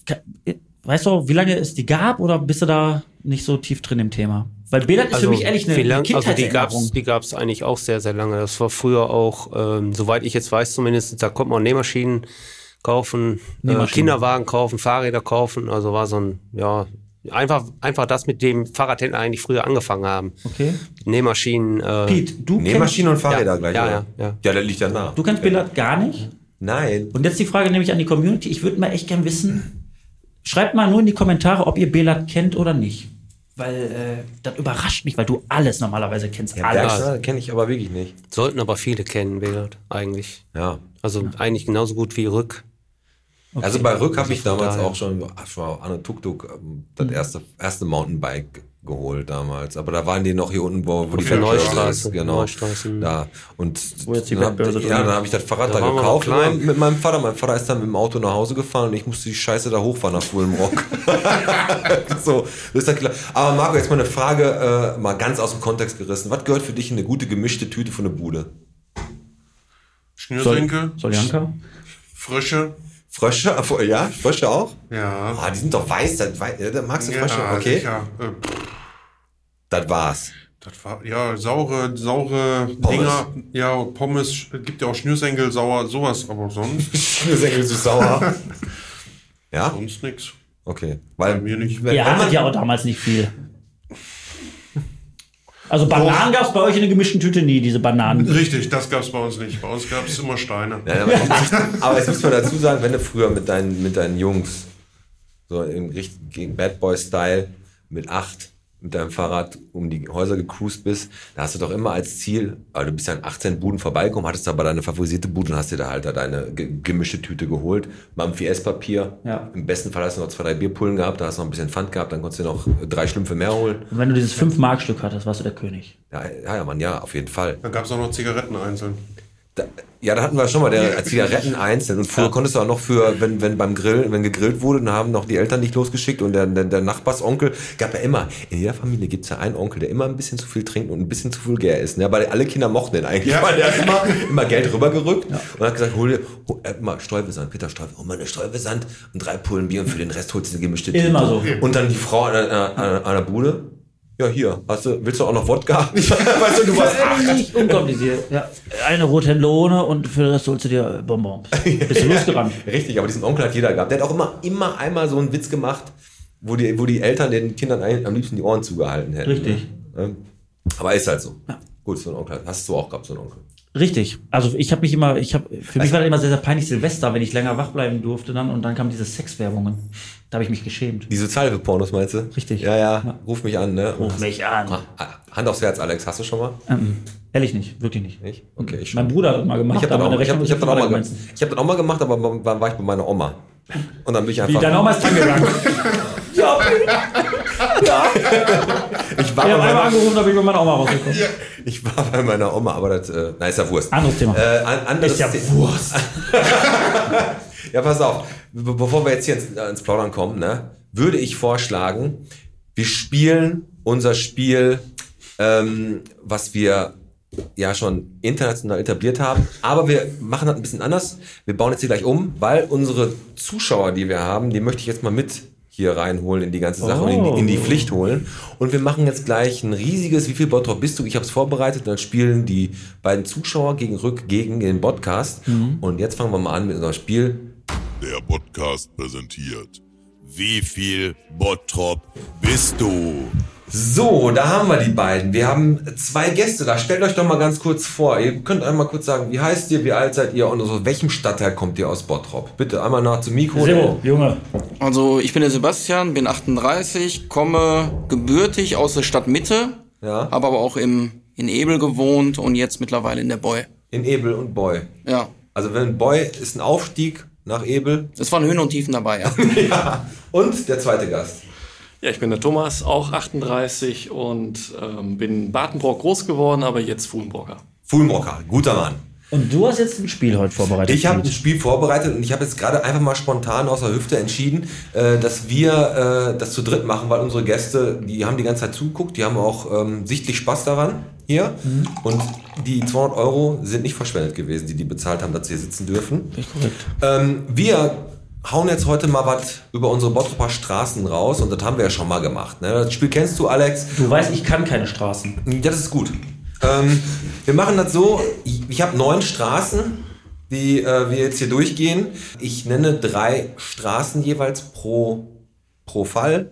ka- äh, weißt du, wie lange es die gab oder bist du da nicht so tief drin im Thema? Weil Belat ist für mich ehrlich eine, Also, wie lang- eine also die gab Kindheitserinnerung. es die gab's eigentlich auch sehr, sehr lange. Das war früher auch, ähm, soweit ich jetzt weiß zumindest, da konnte man Nähmaschinen kaufen, äh, Nähmaschinen. Kinderwagen kaufen, Fahrräder kaufen. Also war so ein, ja, einfach, einfach das, mit dem Fahrradhändler eigentlich früher angefangen haben. Okay. Nähmaschinen. Äh, Pete, du Nähmaschinen und kennst- Fahrräder Ja, gleich. ja, oder? ja, ja. der liegt ja nah. Du kennst Belat gar nicht? Nein. Und jetzt die Frage nämlich an die Community. Ich würde mal echt gern wissen, schreibt mal nur in die Kommentare, ob ihr Belat kennt oder nicht. Weil äh, das überrascht mich, weil du alles normalerweise kennst. alles. Bergstraße kenne ich aber wirklich nicht. Sollten aber viele kennen, Belat, eigentlich. Ja. Also eigentlich genauso gut wie Rück. Also bei Rück habe ich von damals daher. auch schon, ach, schon mal an der Tuk-Tuk ähm, das Mhm. erste, erste Mountainbike geholt damals. Aber da waren die noch hier unten, wo, wo die der Fabrik Neustraße, ist, Genau. Neustraße. Da. Und Wo jetzt die dann hab- Wettbörse drin Ja, dann ist. habe ich das Fahrrad Da da, waren wir noch gekauft klein. mit meinem Vater. Mein Vater ist dann mit dem Auto nach Hause gefahren und ich musste die Scheiße da hochfahren nach Fulmrock. so, das ist das klar. Aber Marco, jetzt mal eine Frage, äh, mal ganz aus dem Kontext gerissen. Was gehört für dich in eine gute gemischte Tüte von der Bude? Schnürsenkel, Soljanka? Frösche. Frösche? Ja, Frösche auch? Ja. Ah, die sind doch weiß. Das, wei- äh, da magst du Frösche? Ja, Okay. sicher. Äh, pff, Das war's. das war, ja, saure, saure Pommes. Dinger. Ja, Pommes. sch- Gibt ja auch Schnürsenkel, sauer, sowas, aber sonst. Schnürsenkel zu sauer. ja? Sonst nix. Okay. Weil, Bei mir nicht. Wenn, Ihr wenn hattet man, ja auch damals nicht viel. Also Bananen gab es bei euch in der gemischten Tüte nie, diese Bananen. Richtig, das gab's bei uns nicht. Bei uns gab's immer Steine. Nein, aber, jetzt- aber jetzt muss man dazu sagen, wenn du früher mit deinen, mit deinen Jungs, so im richtigen Bad Boy-Style, mit acht, mit deinem Fahrrad um die Häuser gecruised bist, da hast du doch immer als Ziel, aber du bist ja an 18 Buden vorbeigekommen, hattest aber deine favorisierte Bude und hast dir da halt da deine ge gemischte Tüte geholt, Mampfi Esspapier. Ja. Im besten Fall hast du noch zwei, drei Bierpullen gehabt, da hast du noch ein bisschen Pfand gehabt, dann konntest du dir noch drei Schlümpfe mehr holen. Und wenn du dieses 5-Mark-Stück hattest, warst du der König. Ja, ja, ja, Mann, ja, auf jeden Fall. Dann gab's auch noch Zigaretten einzeln. Da, ja, da hatten wir schon mal der Zigaretten einzeln. Und früher konntest du auch noch für, wenn, wenn beim Grill, wenn gegrillt wurde, dann haben noch die Eltern dich losgeschickt und der, der, der Nachbarsonkel gab ja immer, in jeder Familie gibt's ja einen Onkel, der immer ein bisschen zu viel trinkt und ein bisschen zu vulgär ist. Ja, weil alle Kinder mochten den eigentlich, Ja. weil der hat immer, immer Geld rübergerückt und hat gesagt, hol dir hol, äh, mal Streubesand, Peter Streube, hol mal eine Streubesand und drei Pullen Bier und für den Rest holst du eine gemischte Tüte. Immer so. Und dann die Frau an, der- an, an, an der Bude. Ja, hier, hast du, willst du auch noch Wodka? weißt du, du warst acht. Völlig unkompliziert. Ja. Eine Rothemde ohne und für den Rest holst du dir Bonbons. Bist du losgerannt. Richtig, aber diesen Onkel hat jeder gehabt. Der hat auch immer, immer einmal so einen Witz gemacht, wo die, wo die Eltern den Kindern ein, am liebsten die Ohren zugehalten hätten. Richtig. Ne? Aber ist halt so. Gut, so einen Onkel. Hast du auch gehabt, so einen Onkel. Richtig. Also ich habe mich immer, ich habe, für Also- mich war das immer sehr, sehr peinlich Silvester, wenn ich länger wach bleiben durfte dann und dann kamen diese Sexwerbungen. Da habe ich mich geschämt. Die Sozialhilfe-Pornos meinst du? Richtig. Ja, ja. Ruf mich an, ne? äh, Ruf mich an. Hand aufs Herz, Alex. Hast du schon mal? Ähm, ehrlich nicht, wirklich nicht. Nicht? Okay, ich Mein Bruder hat das mal gemacht, Ich habe dann, aber auch- eine ich hab, Rechnung ich hab dann, ist auch mal nicht ge- ich hab dann auch mal gemacht, aber dann war, war ich bei meiner Oma. Und dann bin ich Wie, einfach. deine Oma ist angegangen. ja, Ich war ich bei habe einmal meiner, angerufen, da bin ich mit meiner Oma rausgekommen. Ich war bei meiner Oma, aber das, äh, na, ist ja Wurst. Anderes Thema. Äh, an, anderes Ist ja The- Wurst. ja, pass auf. Be bevor wir jetzt hier ins, ins Plaudern kommen, ne, würde ich vorschlagen, wir spielen unser Spiel, ähm, was wir ja schon international etabliert haben. Aber wir machen das ein bisschen anders. Wir bauen jetzt hier gleich um, weil unsere Zuschauer, die wir haben, die möchte ich jetzt mal mit hier reinholen in die ganze Sache und in die, in die Oh. Pflicht holen. Und wir machen jetzt gleich ein riesiges, wie viel Bottrop bist du? Ich habe es vorbereitet. Dann spielen die beiden Zuschauer gegen Rück gegen den Podcast. Mhm. Und jetzt fangen wir mal an mit unserem Spiel. Der Podcast präsentiert. Wie viel Bottrop bist du? So, da haben wir die beiden. Wir haben zwei Gäste da. Stellt euch doch mal ganz kurz vor. Ihr könnt einmal kurz sagen, wie heißt ihr, wie alt seid ihr und aus welchem Stadtteil kommt ihr aus Bottrop? Bitte einmal nach zum Mikro. Sebo, Junge. Also ich bin der Sebastian, bin 38, komme gebürtig aus der Stadt Mitte, Ja. habe aber auch im, in Ebel gewohnt und jetzt mittlerweile in der Boy. In Ebel und Boy. Ja. Also wenn Boy ist ein Aufstieg nach Ebel. Es waren Höhen und Tiefen dabei, ja. Und der zweite Gast. Ja, ich bin der Thomas, auch 38 und ähm, bin in Badenbrock groß geworden, aber jetzt Fuhlenburger. Fulmrocker, guter Mann. Und du hast jetzt ein Spiel heute vorbereitet. Ich habe ein Spiel vorbereitet und ich habe jetzt gerade einfach mal spontan aus der Hüfte entschieden, äh, dass wir äh, das zu dritt machen, weil unsere Gäste, die haben die ganze Zeit zugeguckt, die haben auch ähm, sichtlich Spaß daran hier. Und die 200 Euro sind nicht verschwendet gewesen, die die bezahlt haben, dass sie hier sitzen dürfen. Ähm, wir hauen jetzt heute mal was über unsere Bottroper Straßen raus und das haben wir ja schon mal gemacht. Ne? Das Spiel kennst du, Alex. Du weißt, ich kann keine Straßen. Das ist gut. Ähm, wir machen das so, ich, ich habe neun Straßen, die äh, wir jetzt hier durchgehen. Ich nenne drei Straßen jeweils pro, pro Fall.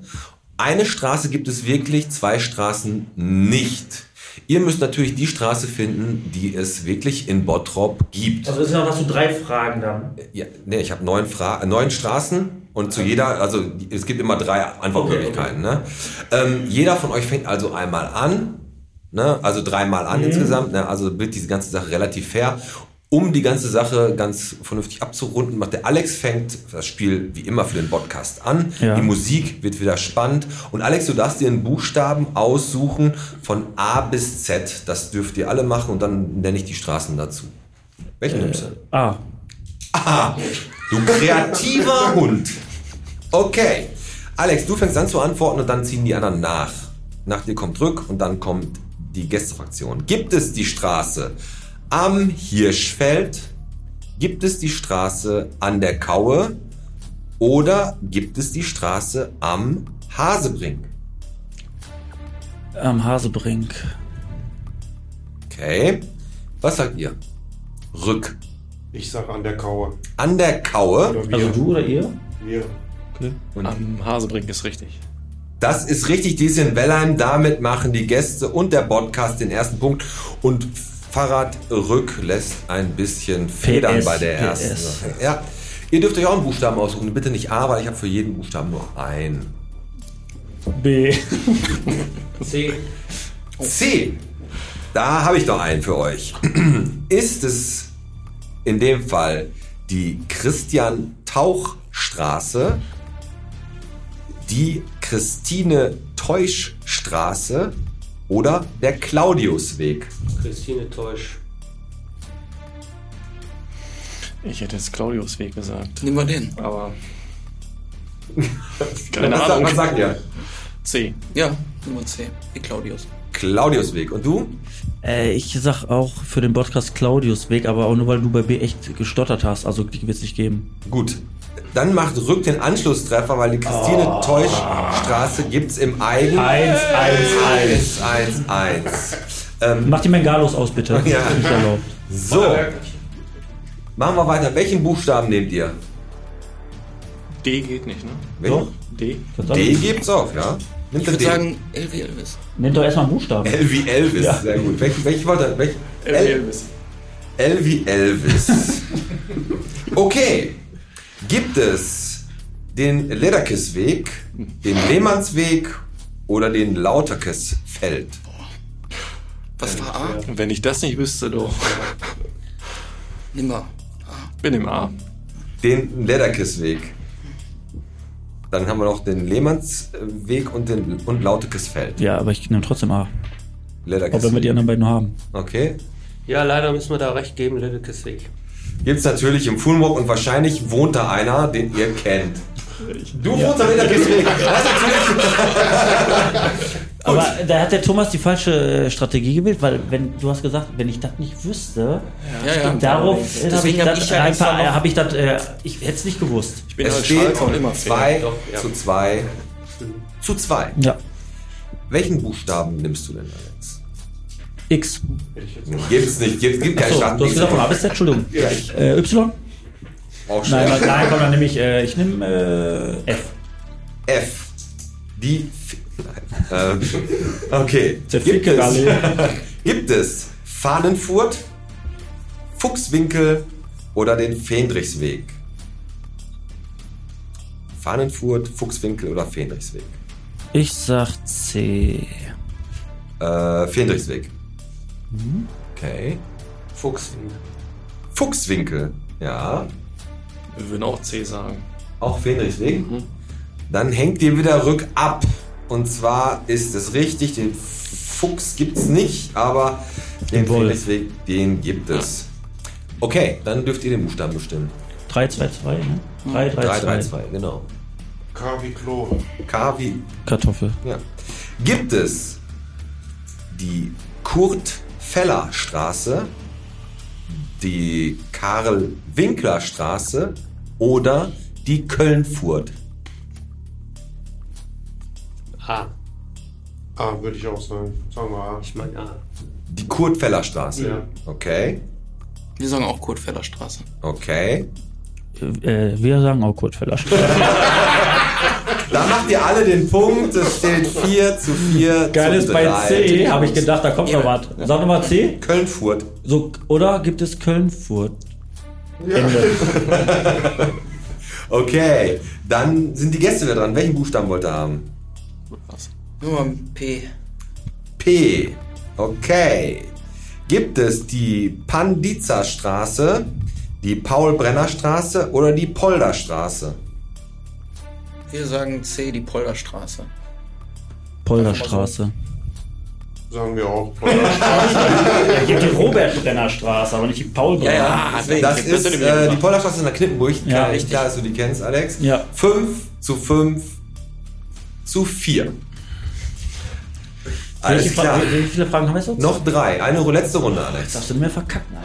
Eine Straße gibt es wirklich, zwei Straßen nicht. Ihr müsst natürlich die Straße finden, die es wirklich in Bottrop gibt. Also deswegen hast du drei Fragen dann. Ja, nee, ich habe neun, Fra äh, neun Straßen und zu jeder, also die- es gibt immer drei Antwortmöglichkeiten. Ne? Ähm, jeder von euch fängt also einmal an, ne? also dreimal an Mhm. insgesamt, ne? also wird diese ganze Sache relativ fair. Um die ganze Sache ganz vernünftig abzurunden, macht der Alex fängt das Spiel wie immer für den Podcast an. Ja. Die Musik wird wieder spannend. Und Alex, du darfst dir einen Buchstaben aussuchen von A bis Z. Das dürft ihr alle machen und dann nenne ich die Straßen dazu. Welchen nimmst du? Ah. Ah, du kreativer Hund. Okay. Alex, du fängst an zu antworten und dann ziehen die anderen nach. Nach dir kommt Rück und dann kommt die Gästefraktion. Gibt es die Straße am Hirschfeld? Gibt es die Straße an der Kaue? Oder gibt es die Straße am Hasebrink? Am Ähm, Hasebrink. Okay. Was sagt ihr? Rück. Ich sag an der Kaue. An der Kaue. Also Oder wir. Also du oder ihr? Am Hasebrink ist richtig. Das ist richtig, die ist in Wellheim. Damit machen die Gäste und der Podcast den ersten Punkt. Und Fahrrad Rück lässt ein bisschen federn PS, bei der PS. ersten. Sache. Ja. Ihr dürft euch auch einen Buchstaben aussuchen. Bitte nicht A, weil ich habe für jeden Buchstaben nur einen. B. C. C. Da habe ich doch einen für euch. Ist es in dem Fall die Christian Tauch Straße, die Christine Teusch Straße oder der Claudiusweg? Christine Teusch. Ich hätte jetzt Claudius Weg gesagt. Nehmen wir den. Aber. Was Keine sagt- Ahnung. was sagt ihr? C. Ja, Nummer C. Wie Claudius. Claudiusweg. Und du? Äh, ich sag auch für den Podcast Claudius Weg, aber auch nur weil du bei B echt gestottert hast. Also die wird's nicht geben. Gut. Dann macht Rück den Anschlusstreffer, weil die Christine Teusch Straße gibt es im Eigen. 1, 1, 1, 1, 1. Ähm, Mach die Bengalos aus, bitte. Das Ja. ist nicht erlaubt. So. Machen wir weiter. Welchen Buchstaben nehmt ihr? D geht nicht, ne? Welchen? D. D gibt's auch, ja. Ich ihr würde D? sagen, Elvi Elvis. Nehmt doch erstmal einen Buchstaben. L wie Elvis, Ja. sehr gut. Welch, welch war das? Welch, L wie Elvis. L wie Elvis. okay. Gibt es den Lederkissweg, den Lehmannsweg oder den Lauterkissfeld? Was war A? Wenn ich das nicht wüsste, doch. Nimm mal. Bin im A. Den Lederkissweg. Dann haben wir noch den Lehmannsweg und, den, und Lauterkissfeld. Ja, aber ich nehme trotzdem A. Auch wenn wir die Lederkissweg. anderen beiden nur haben. Okay. Ja, leider müssen wir da recht geben, Lüdekes Weg. Gibt's natürlich im Fulmrock und wahrscheinlich wohnt da einer, den ihr kennt. Du wohnst am Lederkissweg. Das ist Aber da hat der Thomas die falsche äh, Strategie gewählt, weil wenn du hast gesagt, wenn ich das nicht wüsste, Ja, ja. darauf Deswegen habe ich hab das ich ja extra einfach, noch- habe ich das, äh, ich hätte es nicht gewusst. bin es halt steht Schalke und immer zwei Fan. Doch, ja. zu zwei zu zwei. Ja. Welchen Buchstaben nimmst du denn, Alex? X. Gibt's nicht, gibt, gibt keinen Achso, Schatten. du hast gesagt von A bis Z, Entschuldigung. Ja. Äh, y? Auch Nein, schlecht. nein, komm, dann nehme ich, äh, ich nehme äh, F. F. Die. F Nein. Ähm, okay. Gibt Ficker es, alle. gibt es Fahnenfurt, Fuchswinkel oder den Fähndrichsweg? Fahnenfurt, Fuchswinkel oder Fähndrichsweg? Ich sag C. Äh, Fähndrichsweg. Okay. Fuchswinkel. Fuchswinkel. Ja. Wir würden auch C sagen. Auch Fähnrichsweg. Dann hängt ihr wieder rück ab. Und zwar ist es richtig, den Fuchs gibt's nicht, aber den Jawohl. Fähnrichsweg, den gibt es. Okay, dann dürft ihr den Buchstaben bestimmen. 3, 2, 2, ne? Hm. 3, 3, 2. 332, genau. Kavi Klo. K wie Kartoffel. Ja. Gibt es die Kurt-Feller-Straße, die Karl-Winkler-Straße oder die Köln-Furt? A. A, Ah, würde ich auch sagen. Sagen wir A. Ich meine A. Die Kurt-Feller-Straße. Ja. Okay, Wir sagen auch Kurtfelderstraße. okay. Äh, wir sagen auch Kurtfeller. Da macht ihr alle den Punkt. Es steht 4 zu 4. Geil zu ist bei drei. C, habe ich gedacht, da kommt noch was. Sag nochmal C. Köln-Furt. So, oder gibt es Köln-Furt? Okay, dann sind die Gäste wieder dran. Welchen Buchstaben wollt ihr haben? Nur P. P. Okay. Gibt es die Panditzer Straße, die Paul-Brenner Straße oder die Polder Straße? Wir sagen C, die Polderstraße. Polderstraße. Sagen wir auch. Da gibt die Robert-Brenner-Straße, aber nicht die Paul-Brenner. das ist äh, die Polder Straße in der Knippenburg. Ja, klar, richtig. klar, dass du die kennst, Alex. Ja. 5 zu 5 zu 4. Alles Welche Fra- klar. Wie viele Fragen haben wir jetzt noch? Noch drei. Eine letzte Runde, Alex. Darfst du nicht mehr verkacken,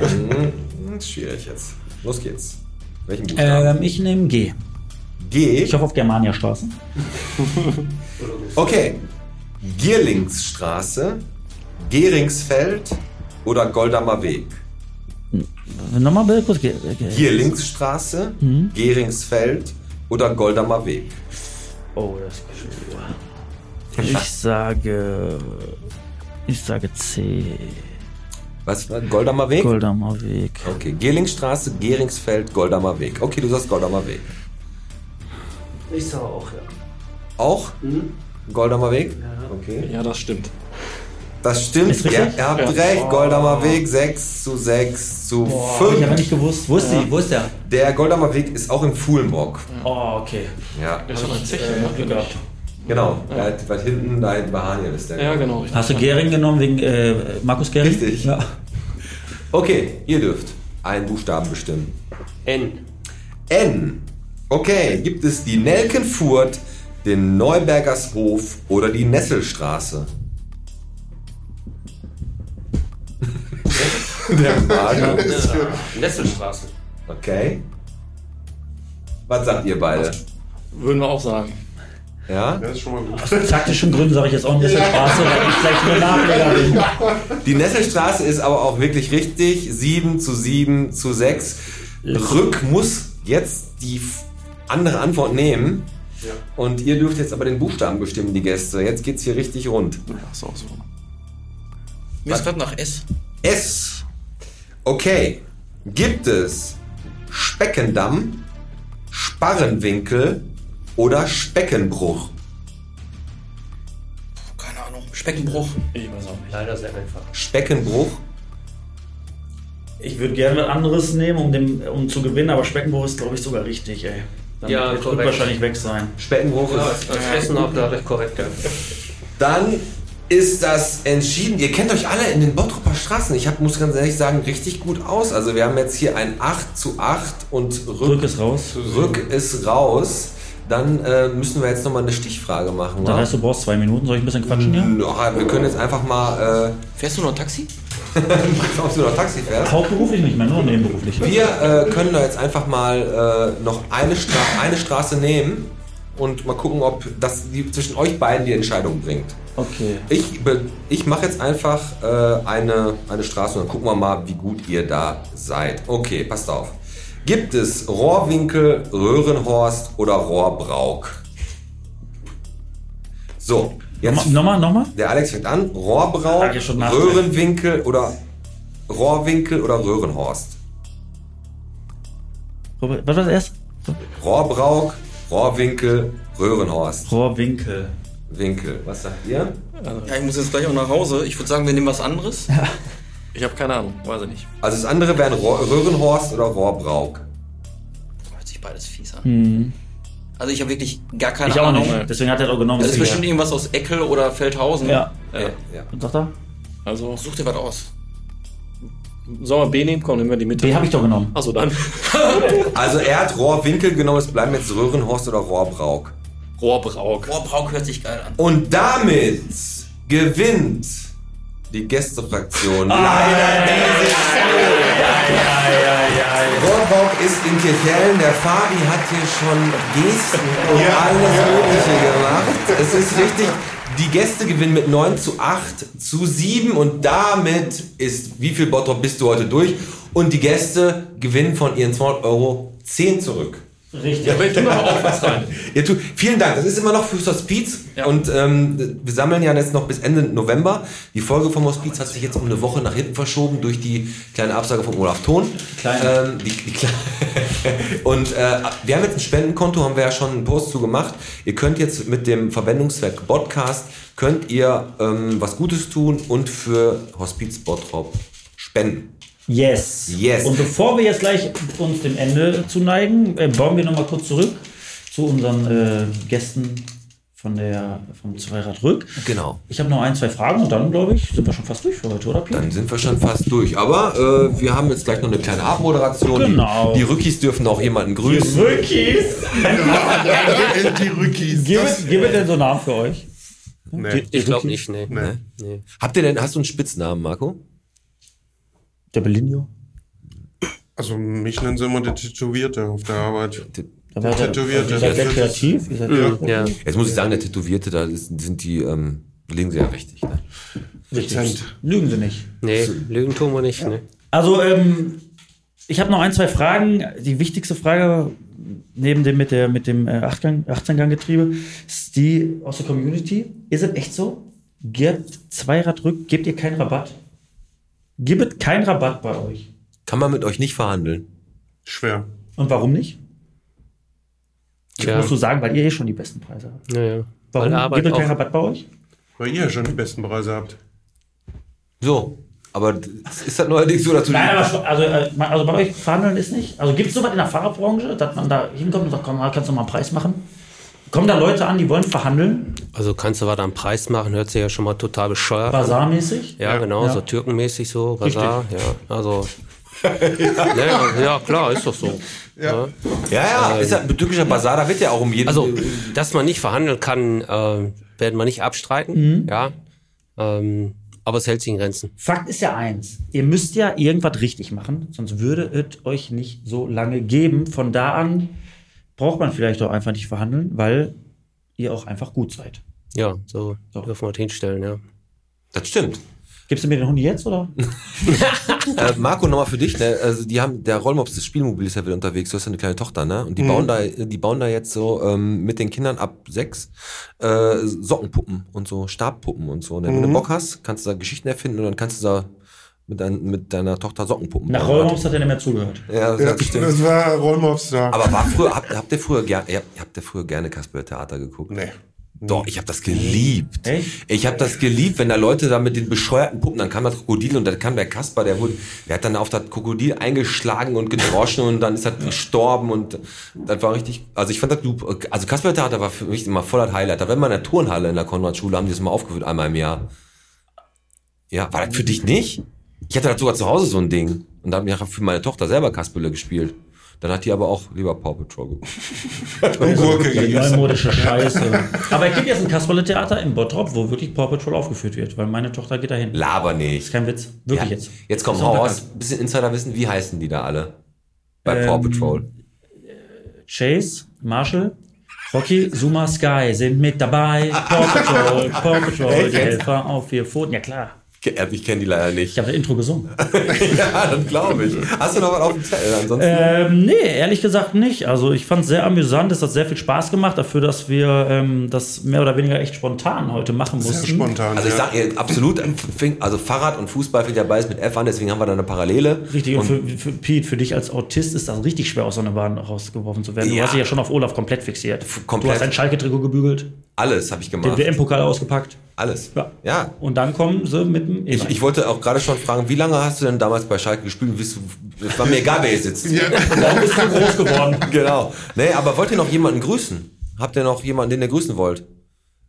Alter. Mhm, ist schwierig jetzt. Los geht's. Welchen Buchstaben? Ähm, ich nehme G. G. Ähm, Ich hoffe auf Germania-Straßen. Okay. Gierlingsstraße, Geringsfeld oder Goldamer Weg? Nochmal bitte kurz. G G Mhm. Gierlingsstraße, Geringsfeld oder Goldamer Weg? Oh, das ist gut. Ich sage. Ich sage C. Was? Goldamer Weg? Goldamer Weg. Okay, Gerlingsstraße, Geringsfeld, Goldamer Weg. Okay, du sagst Goldamer Weg. Ich sah auch, ja. Auch? Goldamer Weg? Okay. Ja, das stimmt. Das stimmt, Ist ja, richtig? ihr habt Ja. recht. Oh. Goldamer Weg 6 zu 6 zu Boah, 5. ich hab nicht gewusst. Wo ist ja. die? Wo ist der? Der Goldamer Weg ist auch in Fuhlenburg. Oh, okay. Ja. Das hat man sicher äh, gemacht. Genau, weit, weit hinten, da hinten bei Haniel ist der. Ja, genau. Hast du Gering genommen wegen äh, Markus Gering? Richtig. Ja. Okay, ihr dürft einen Buchstaben bestimmen. N. N. Okay, gibt es die Nelkenfurt, den Neubergershof oder die Nesselstraße? Der Mario. Nesselstraße. Okay. Was sagt ihr beide? Würden wir auch sagen. Ja? Das ist schon mal gut. Aus taktischen Gründen sage ich jetzt auch nicht der Straße, weil ich gleich nur Nachleger bin. Die Nesselstraße ist aber auch wirklich richtig. 7 zu 7 zu 6. Rück muss jetzt die f- andere Antwort nehmen. Und ihr dürft jetzt aber den Buchstaben bestimmen, die Gäste. Jetzt geht's hier richtig rund. ist auch so. Mir ist gerade nach S. S. Okay. Gibt es Speckendamm, Sparrenwinkel oder Speckenbruch? Keine Ahnung. Speckenbruch. Ich weiß auch nicht. Leider sehr einfach. Speckenbruch? Ich würde gerne was anderes nehmen, um, dem, um zu gewinnen, aber Speckenburg ist, glaube ich, sogar richtig, ey. Dann Ja, wird korrekt. wahrscheinlich weg sein. Speckenbruch Genau, Ja, ist. als Essen auch dadurch korrekt, ja. Dann ist das entschieden. Ihr kennt euch alle in den Bottroper Straßen. Ich hab, muss ganz ehrlich sagen, richtig gut aus. Also wir haben jetzt hier ein 8 zu 8 und Rück, Rück ist raus. Rück ist raus. Dann äh, müssen wir jetzt nochmal eine Stichfrage machen. Das wa? heißt, du brauchst zwei Minuten. Soll ich ein bisschen quatschen hier? Ach, wir können jetzt einfach mal... Fährst du noch Taxi? Äh, ob du noch Taxi fährst? Hauptberuflich nicht mehr, nur nebenberuflich. Wir äh, können da jetzt einfach mal äh, noch eine, Stra eine Straße nehmen und mal gucken, ob das die, zwischen euch beiden die Entscheidung bringt. Okay. Ich, be- ich mache jetzt einfach äh, eine, eine Straße und dann gucken wir mal, wie gut ihr da seid. Okay, passt auf. Gibt es Rohrwinkel, Röhrenhorst oder Rohrbrauch? So, jetzt Nochmal, nochmal? der Alex fängt an. Rohrbrauch, Hat ja schon nachgedacht. Röhrenwinkel oder Rohrwinkel oder Röhrenhorst? Robert, Was war das erst? Rohrbrauch, Rohrwinkel, Röhrenhorst. Rohrwinkel. Winkel. Was sagt ihr? Ja, ich muss jetzt gleich auch nach Hause. Ich würde sagen, wir nehmen was anderes. Ich habe keine Ahnung, weiß ich nicht. Also das andere wären Rohr Röhrenhorst oder Rohrbrauch. Hört sich beides fies an. Hm. Also ich habe wirklich gar keine Ich auch Ahnung. nicht. Deswegen hat er auch genommen. Das ist Deswegen- bestimmt irgendwas aus Eckel oder Feldhausen. Ja. ja. Ja. Was sagt er? Also, Such dir was aus. sollen wir B nehmen? Komm, nehmen wir die Mitte. B habe ich doch genommen. Achso, dann. Also er hat Rohrwinkel genommen, es bleiben jetzt Röhrenhorst oder Rohrbrauch. Rohrbrauk. Boah, Brauk hört sich geil an. Und damit gewinnt die Gästefraktion. Leider dieses Spiel. Rohrbrauch ist in Kirchhellen. Der Fabi hat hier schon Gesten und alles Mögliche gemacht. Es ist richtig. Die Gäste gewinnen mit 9 zu 8 zu 7 und damit ist, wie viel Bottrop bist du heute durch? Und die Gäste gewinnen von ihren 200 Euro 10 zurück. Richtig. Ja, wir tun aber auch was rein. Ihr tut, vielen Dank, das ist immer noch fürs Hospiz. Und ähm, wir sammeln ja jetzt noch bis Ende November. Die Folge vom Hospiz hat sich jetzt um eine Woche nach hinten verschoben durch die kleine Absage von Olaf Thon. Kleine. Ähm, die, die kleine. Und äh, wir haben jetzt ein Spendenkonto, haben wir ja schon einen Post zu gemacht. Ihr könnt jetzt mit dem Verwendungszweck Podcast, könnt ihr ähm, was Gutes tun und für Hospiz Bottrop spenden. Yes. Yes. Und bevor wir jetzt gleich uns dem Ende zuneigen, äh, bauen wir nochmal kurz zurück zu unseren äh, Gästen von der, vom Zweirad Rück. Genau. Ich habe noch ein, zwei Fragen und dann, glaube ich, sind wir schon fast durch für heute, oder, Pete? Dann sind wir schon fast durch. Aber äh, wir haben jetzt gleich noch eine kleine Abmoderation. Genau. Die, die Rückis dürfen auch jemanden grüßen. Rückis! die Rückis. Gibt gib es denn so einen Namen für euch? Nee. Ich glaube nicht, nee. Nee. nee. Habt ihr denn, hast du einen Spitznamen, Marco? Der Bellinio. Also mich nennen sie immer der Tätowierte auf der Arbeit. Da war Der der- Tätowierte. Ihr seid sehr Das ist- kreativ. Ihr seid Ja. Ja. Jetzt muss ich sagen, der Tätowierte, da ist, sind die, ähm, liegen sie ja richtig. Ne? richtig. Dezent. Lügen sie nicht. Nee, Lügen tun wir nicht, ne. Also, ähm, ich habe noch ein, zwei Fragen. Die wichtigste Frage neben dem mit, der, mit dem äh, 8-Gang- 18-Gang-Getriebe, ist die aus der Community. Ist es echt so? Gebt Zweiradrück, gebt ihr keinen Rabatt? Gibt keinen Rabatt bei euch? Kann man mit euch nicht verhandeln. Schwer. Und warum nicht? Das Ja. musst du sagen, weil ihr eh schon die besten Preise habt. Ja, ja. Weil Warum? Arbeit Gibt es keinen auch- Rabatt bei euch? Weil ihr ja schon die besten Preise habt. So. Aber d- ist das neuerdings so, dass du. Nein, aber schon- also, äh, man- also bei euch verhandeln ist nicht. Also gibt es sowas in der Fahrerbranche, dass man da hinkommt und sagt, komm, mal, kannst du mal einen Preis machen? Kommen da Leute an, die wollen verhandeln? Also kannst du was am Preis machen, hört sich ja schon mal total bescheuert an. Basarmäßig? Ja, genau, Ja. so türkenmäßig so, Richtig. Basar, ja. Also. ja, ja, klar, ist doch so. Ja, ja, ist ja ein türkischer Basar, da wird ja auch um jeden. Also, dass man nicht verhandeln kann, äh, werden wir nicht abstreiten, Mhm. ja. Ähm, aber es hält sich in Grenzen. Fakt ist ja eins, ihr müsst ja irgendwas richtig machen, sonst würde es euch nicht so lange geben. Von da an braucht man vielleicht auch einfach nicht verhandeln, weil ihr auch einfach gut seid. Ja, so dürfen wir das hinstellen, ja. Das stimmt. Gibst du mir den Hund jetzt oder? Äh, Marco, nochmal für dich, ne? Also die haben, der Rollmops, das Spielmobil ist ja wieder unterwegs, du hast ja eine kleine Tochter, ne? Und die Mhm. bauen da, die bauen da jetzt so ähm, mit den Kindern ab sechs äh, Sockenpuppen und so Stabpuppen und so. Und wenn du Mhm. Bock hast, kannst du da Geschichten erfinden und dann kannst du da mit, dein, mit deiner Tochter Sockenpuppen Nach Rollmops hat er nicht mehr zugehört. Ja, das, Ja, hat bestimmt- das war Rollmops da. Aber war früher, habt, habt ihr früher gerne, ihr habt ihr früher gerne Kasper Theater geguckt? Nee. Doch, ich habe das geliebt. Echt? Ich habe das geliebt, wenn da Leute da mit den bescheuerten Puppen, dann kam das Krokodil und dann kam der Kasper, der wurde, der hat dann auf das Krokodil eingeschlagen und gedroschen und dann ist das gestorben und das war richtig, also ich fand das, gut. also Kasper Theater war für mich immer voll das Highlight. Da waren wir in der Turnhalle in der Konradschule, haben die das mal aufgeführt, einmal im Jahr. Ja, war das für dich nicht? Ich hatte das sogar zu Hause so ein Ding. Und da habe ich nachher für meine Tochter selber Kasperle gespielt. Dann hat die aber auch lieber Paw Patrol geguckt. Und Gurke Die gegessen. neumodische Scheiße. Aber es gibt jetzt ein Kasperle-Theater in Bottrop, wo wirklich Paw Patrol aufgeführt wird, weil meine Tochter geht dahin. Laber nicht. Ist kein Witz. Wirklich Ja. jetzt. Jetzt komm, Ist hau raus. unterkackt. Bisschen Insiderwissen, wie heißen die da alle? Bei Paw Ähm, Patrol. Chase, Marshall, Rocky, Zuma, Sky sind mit dabei. Paw Patrol, Paw Patrol, Echt? die Helfer auf vier Pfoten. Ja klar. Ke- äh, Ich kenne die leider nicht. Ich habe das Intro gesungen. ja, das glaube ich. Hast du noch was auf dem Zettel? Ansonsten. Ähm, nee, ehrlich gesagt nicht. Also ich fand es sehr amüsant, es hat sehr viel Spaß gemacht dafür, dass wir ähm, das mehr oder weniger echt spontan heute machen mussten. Also ich sage ihr absolut, fing, also Fahrrad und Fußball fängt ja beides mit F an, deswegen haben wir da eine Parallele. Richtig, und, für, für Pete, für dich als Autist ist das richtig schwer, aus so einer Bahn rausgeworfen zu werden. Du Ja. hast dich ja schon auf Olaf komplett fixiert. komplett. Du hast ein Schalke-Trikot gebügelt, Alles habe ich den gemacht. WM-Pokal ausgepackt. Alles. Ja. ja. Und dann kommen sie mit dem Ich, ich wollte auch gerade schon fragen, wie lange hast du denn damals bei Schalke gespielt? Und bist du, es war mir egal, wer hier sitzt. Warum bist du groß geworden? Genau. Nee, aber wollt ihr noch jemanden grüßen? Habt ihr noch jemanden, den ihr grüßen wollt?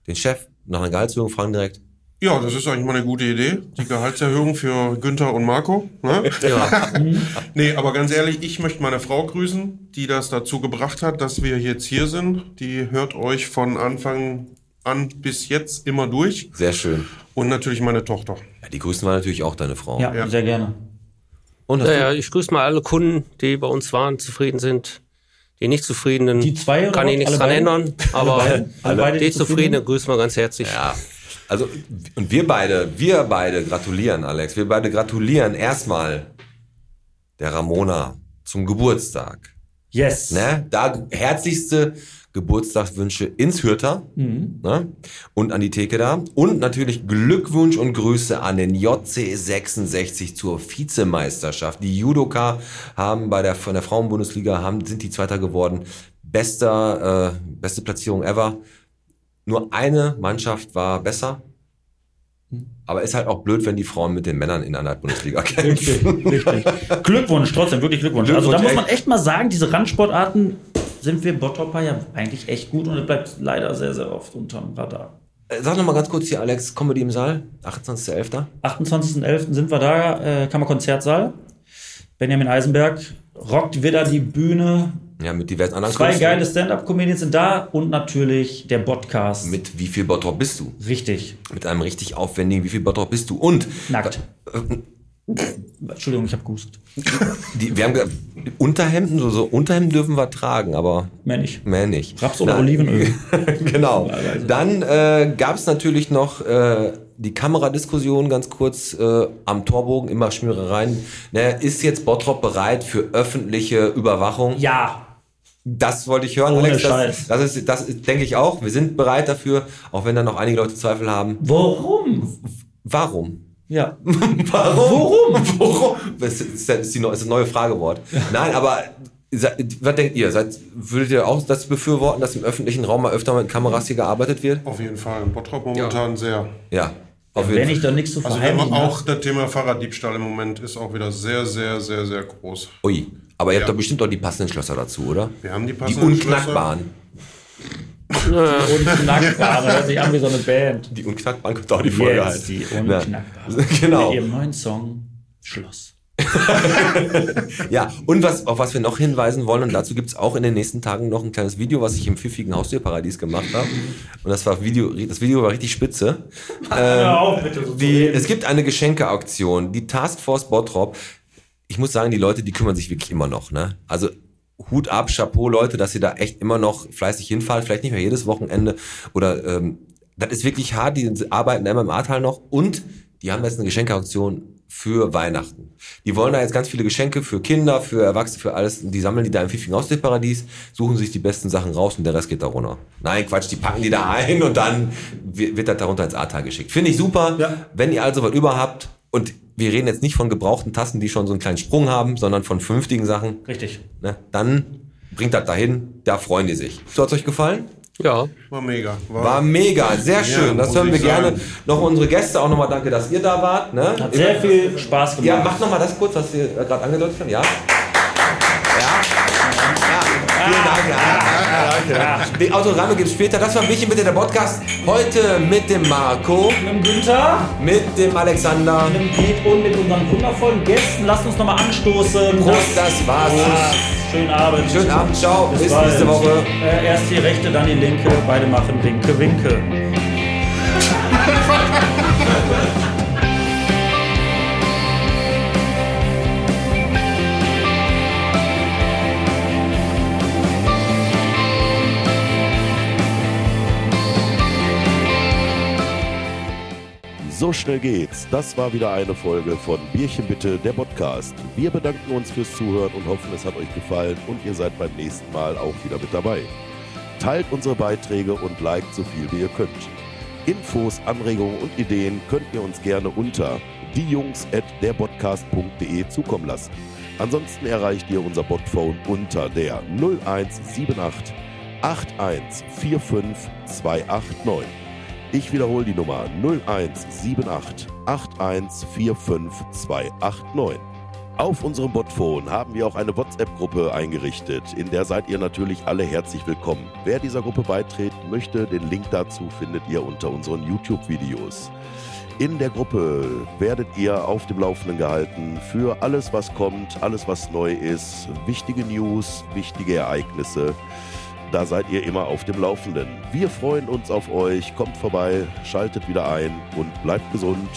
Den Chef? Nach einer Gehaltserhöhung fragen direkt. Ja, das ist eigentlich mal eine gute Idee. Die Gehaltserhöhung für Günther und Marco. Ne? Ja. nee, aber ganz ehrlich, ich möchte meine Frau grüßen, die das dazu gebracht hat, dass wir jetzt hier sind. Die hört euch von Anfang an bis jetzt immer durch. Sehr schön. Und natürlich meine Tochter. Ja, die grüßen wir natürlich auch deine Frau. Ja, sehr gerne. Und hast ja, du- ja, ich grüße mal alle Kunden, die bei uns waren, zufrieden sind. Die nicht zufriedenen, die zwei oder kann ich was? nichts Alle dran beide? ändern, Alle aber beide? Alle beide die nicht zufriedenen zufrieden? grüßen wir ganz herzlich. Ja. Also, und wir beide, wir beide gratulieren, Alex. Wir beide gratulieren erstmal der Ramona zum Geburtstag. Yes. Ne? Da herzlichste Geburtstagswünsche ins Hürter Mhm. ne? und an die Theke da. Und natürlich Glückwunsch und Grüße an den JC66 zur Vizemeisterschaft. Die Judoka haben bei der, von der Frauenbundesliga haben, sind die Zweiter geworden. Bester, äh, beste Platzierung ever. Nur eine Mannschaft war besser. Aber ist halt auch blöd, wenn die Frauen mit den Männern in einer Bundesliga kämpfen. Glückwunsch, trotzdem, wirklich Glückwunsch. also Glückwunsch, da muss man echt. echt mal sagen, diese Randsportarten sind wir Bottropper ja eigentlich echt gut und es bleibt leider sehr, sehr oft unterm Radar. Äh, Sag noch mal ganz kurz hier, Alex, Comedy im Saal, 28.11. 28.11. sind wir da, äh, Kammerkonzertsaal. Benjamin Eisenberg rockt wieder die Bühne. Ja, mit diversen anderen Zwei Künstlern. geile Stand-Up-Comedians sind da und natürlich der Podcast. Mit wie viel Bottrop bist du? Richtig. Mit einem richtig aufwendigen, wie viel Bottrop bist du? Und. Nackt. Entschuldigung, ich habe gehustet. Die, wir haben gesagt, Unterhemden, so, so Unterhemden dürfen wir tragen, aber. Mehr nicht. Mehr nicht. Raps oder Hm. Nein. Olivenöl. genau. Dann äh, gab es natürlich noch äh, die Kameradiskussion ganz kurz äh, am Torbogen, immer Schmierereien. Ne, ist jetzt Bottrop bereit für öffentliche Überwachung? Ja. Das wollte ich hören, Ohne Alex. Das, Scheiß. das, ist, das ist, denke ich auch. Wir sind bereit dafür, auch wenn da noch einige Leute Zweifel haben. Warum? Warum? Ja. Warum? Warum? Das ist, das ist, die, neu- das ist eine neue Fragewort. Nein, aber se- was denkt ihr? Seid, würdet ihr auch das befürworten, dass im öffentlichen Raum mal öfter mit Kameras hier gearbeitet wird? Auf jeden Fall. Bottrop momentan sehr. Ja. Auf jeden Fall. Also wir ne? haben auch das Thema Fahrraddiebstahl im Moment ist auch wieder sehr, sehr, sehr, sehr groß. Ui, aber ihr habt Ja. doch bestimmt auch die passenden Schlösser dazu, oder? Wir haben die Die passenden unknackbaren. Die Unknackbaren, hört sich an wie so eine Band. Die unknackbaren könnte auch die Folge Jetzt heißen. die Ja. Unknackbaren. Genau. Mit ihrem neuen Song Schloss. Ja, und was, auf was wir noch hinweisen wollen, und dazu gibt's auch in den nächsten Tagen noch ein kleines Video, was ich im pfiffigen Haustierparadies gemacht habe. Und das war Video, das Video war richtig spitze. Ähm, auf, bitte, so zu die, reden. es gibt eine Geschenkeauktion, die Taskforce Bottrop. Ich muss sagen, die Leute, die kümmern sich wirklich immer noch, ne? Also, Hut ab, Chapeau, Leute, dass ihr da echt immer noch fleißig hinfallt, vielleicht nicht mehr jedes Wochenende oder, ähm, das ist wirklich hart, die arbeiten im MMA-Teil noch und die haben jetzt eine Geschenkeauktion für Weihnachten. Die wollen da jetzt ganz viele Geschenke für Kinder, für Erwachsene, für alles. Die sammeln die da im Pfiffigen Ausdruckparadies, suchen sich die besten Sachen raus und der Rest geht da runter. Nein, Quatsch, die packen die da ein und dann wi- wird das darunter ins Ahrtal geschickt. Finde ich super. Wenn ihr also was über habt und wir reden jetzt nicht von gebrauchten Tassen, die schon so einen kleinen Sprung haben, sondern von vernünftigen Sachen. Richtig. Ne, dann bringt das dahin, da freuen die sich. So hat's euch gefallen? Ja. War mega. War, mega, sehr Ja, schön. das muss hören ich wir gerne. sagen. Noch unsere Gäste auch nochmal danke, dass ihr da wart. Ne? Hat sehr viel Spaß gemacht. Ja, macht nochmal das kurz, was wir äh, gerade angedeutet haben. Ja. Ja. ja. Vielen Dank. Ja, ja, danke. Die Autogramme gibt es später. Das war Michi mit in der Podcast. Heute mit dem Marco. Mit dem Günther. Mit dem Alexander. Mit dem Pete und mit unseren wundervollen Gästen. Lasst uns nochmal anstoßen. Prost, das war's. Prost. Schönen Abend. Schönen Abend, ciao. Bis bald. nächste Woche. Äh, erst die rechte, dann die linke. Beide machen Winke, Winke. So schnell geht's. Das war wieder eine Folge von Bierchen bitte, der Podcast. Wir bedanken uns fürs Zuhören und hoffen, es hat euch gefallen und ihr seid beim nächsten Mal auch wieder mit dabei. Teilt unsere Beiträge und liked so viel wie ihr könnt. Infos, Anregungen und Ideen könnt ihr uns gerne unter diejungs.derpodcast.de zukommen lassen. Ansonsten erreicht ihr unser Botphone unter der 0178 8145289. Ich wiederhole die Nummer 0178 8145289. Auf unserem Botphone haben wir auch eine WhatsApp-Gruppe eingerichtet, in der seid ihr natürlich alle herzlich willkommen. Wer dieser Gruppe beitreten möchte, den Link dazu findet ihr unter unseren YouTube-Videos. In der Gruppe werdet ihr auf dem Laufenden gehalten für alles, was kommt, alles, was neu ist, wichtige News, wichtige Ereignisse. Da seid ihr immer auf dem Laufenden. Wir freuen uns auf euch. Kommt vorbei, schaltet wieder ein und bleibt gesund.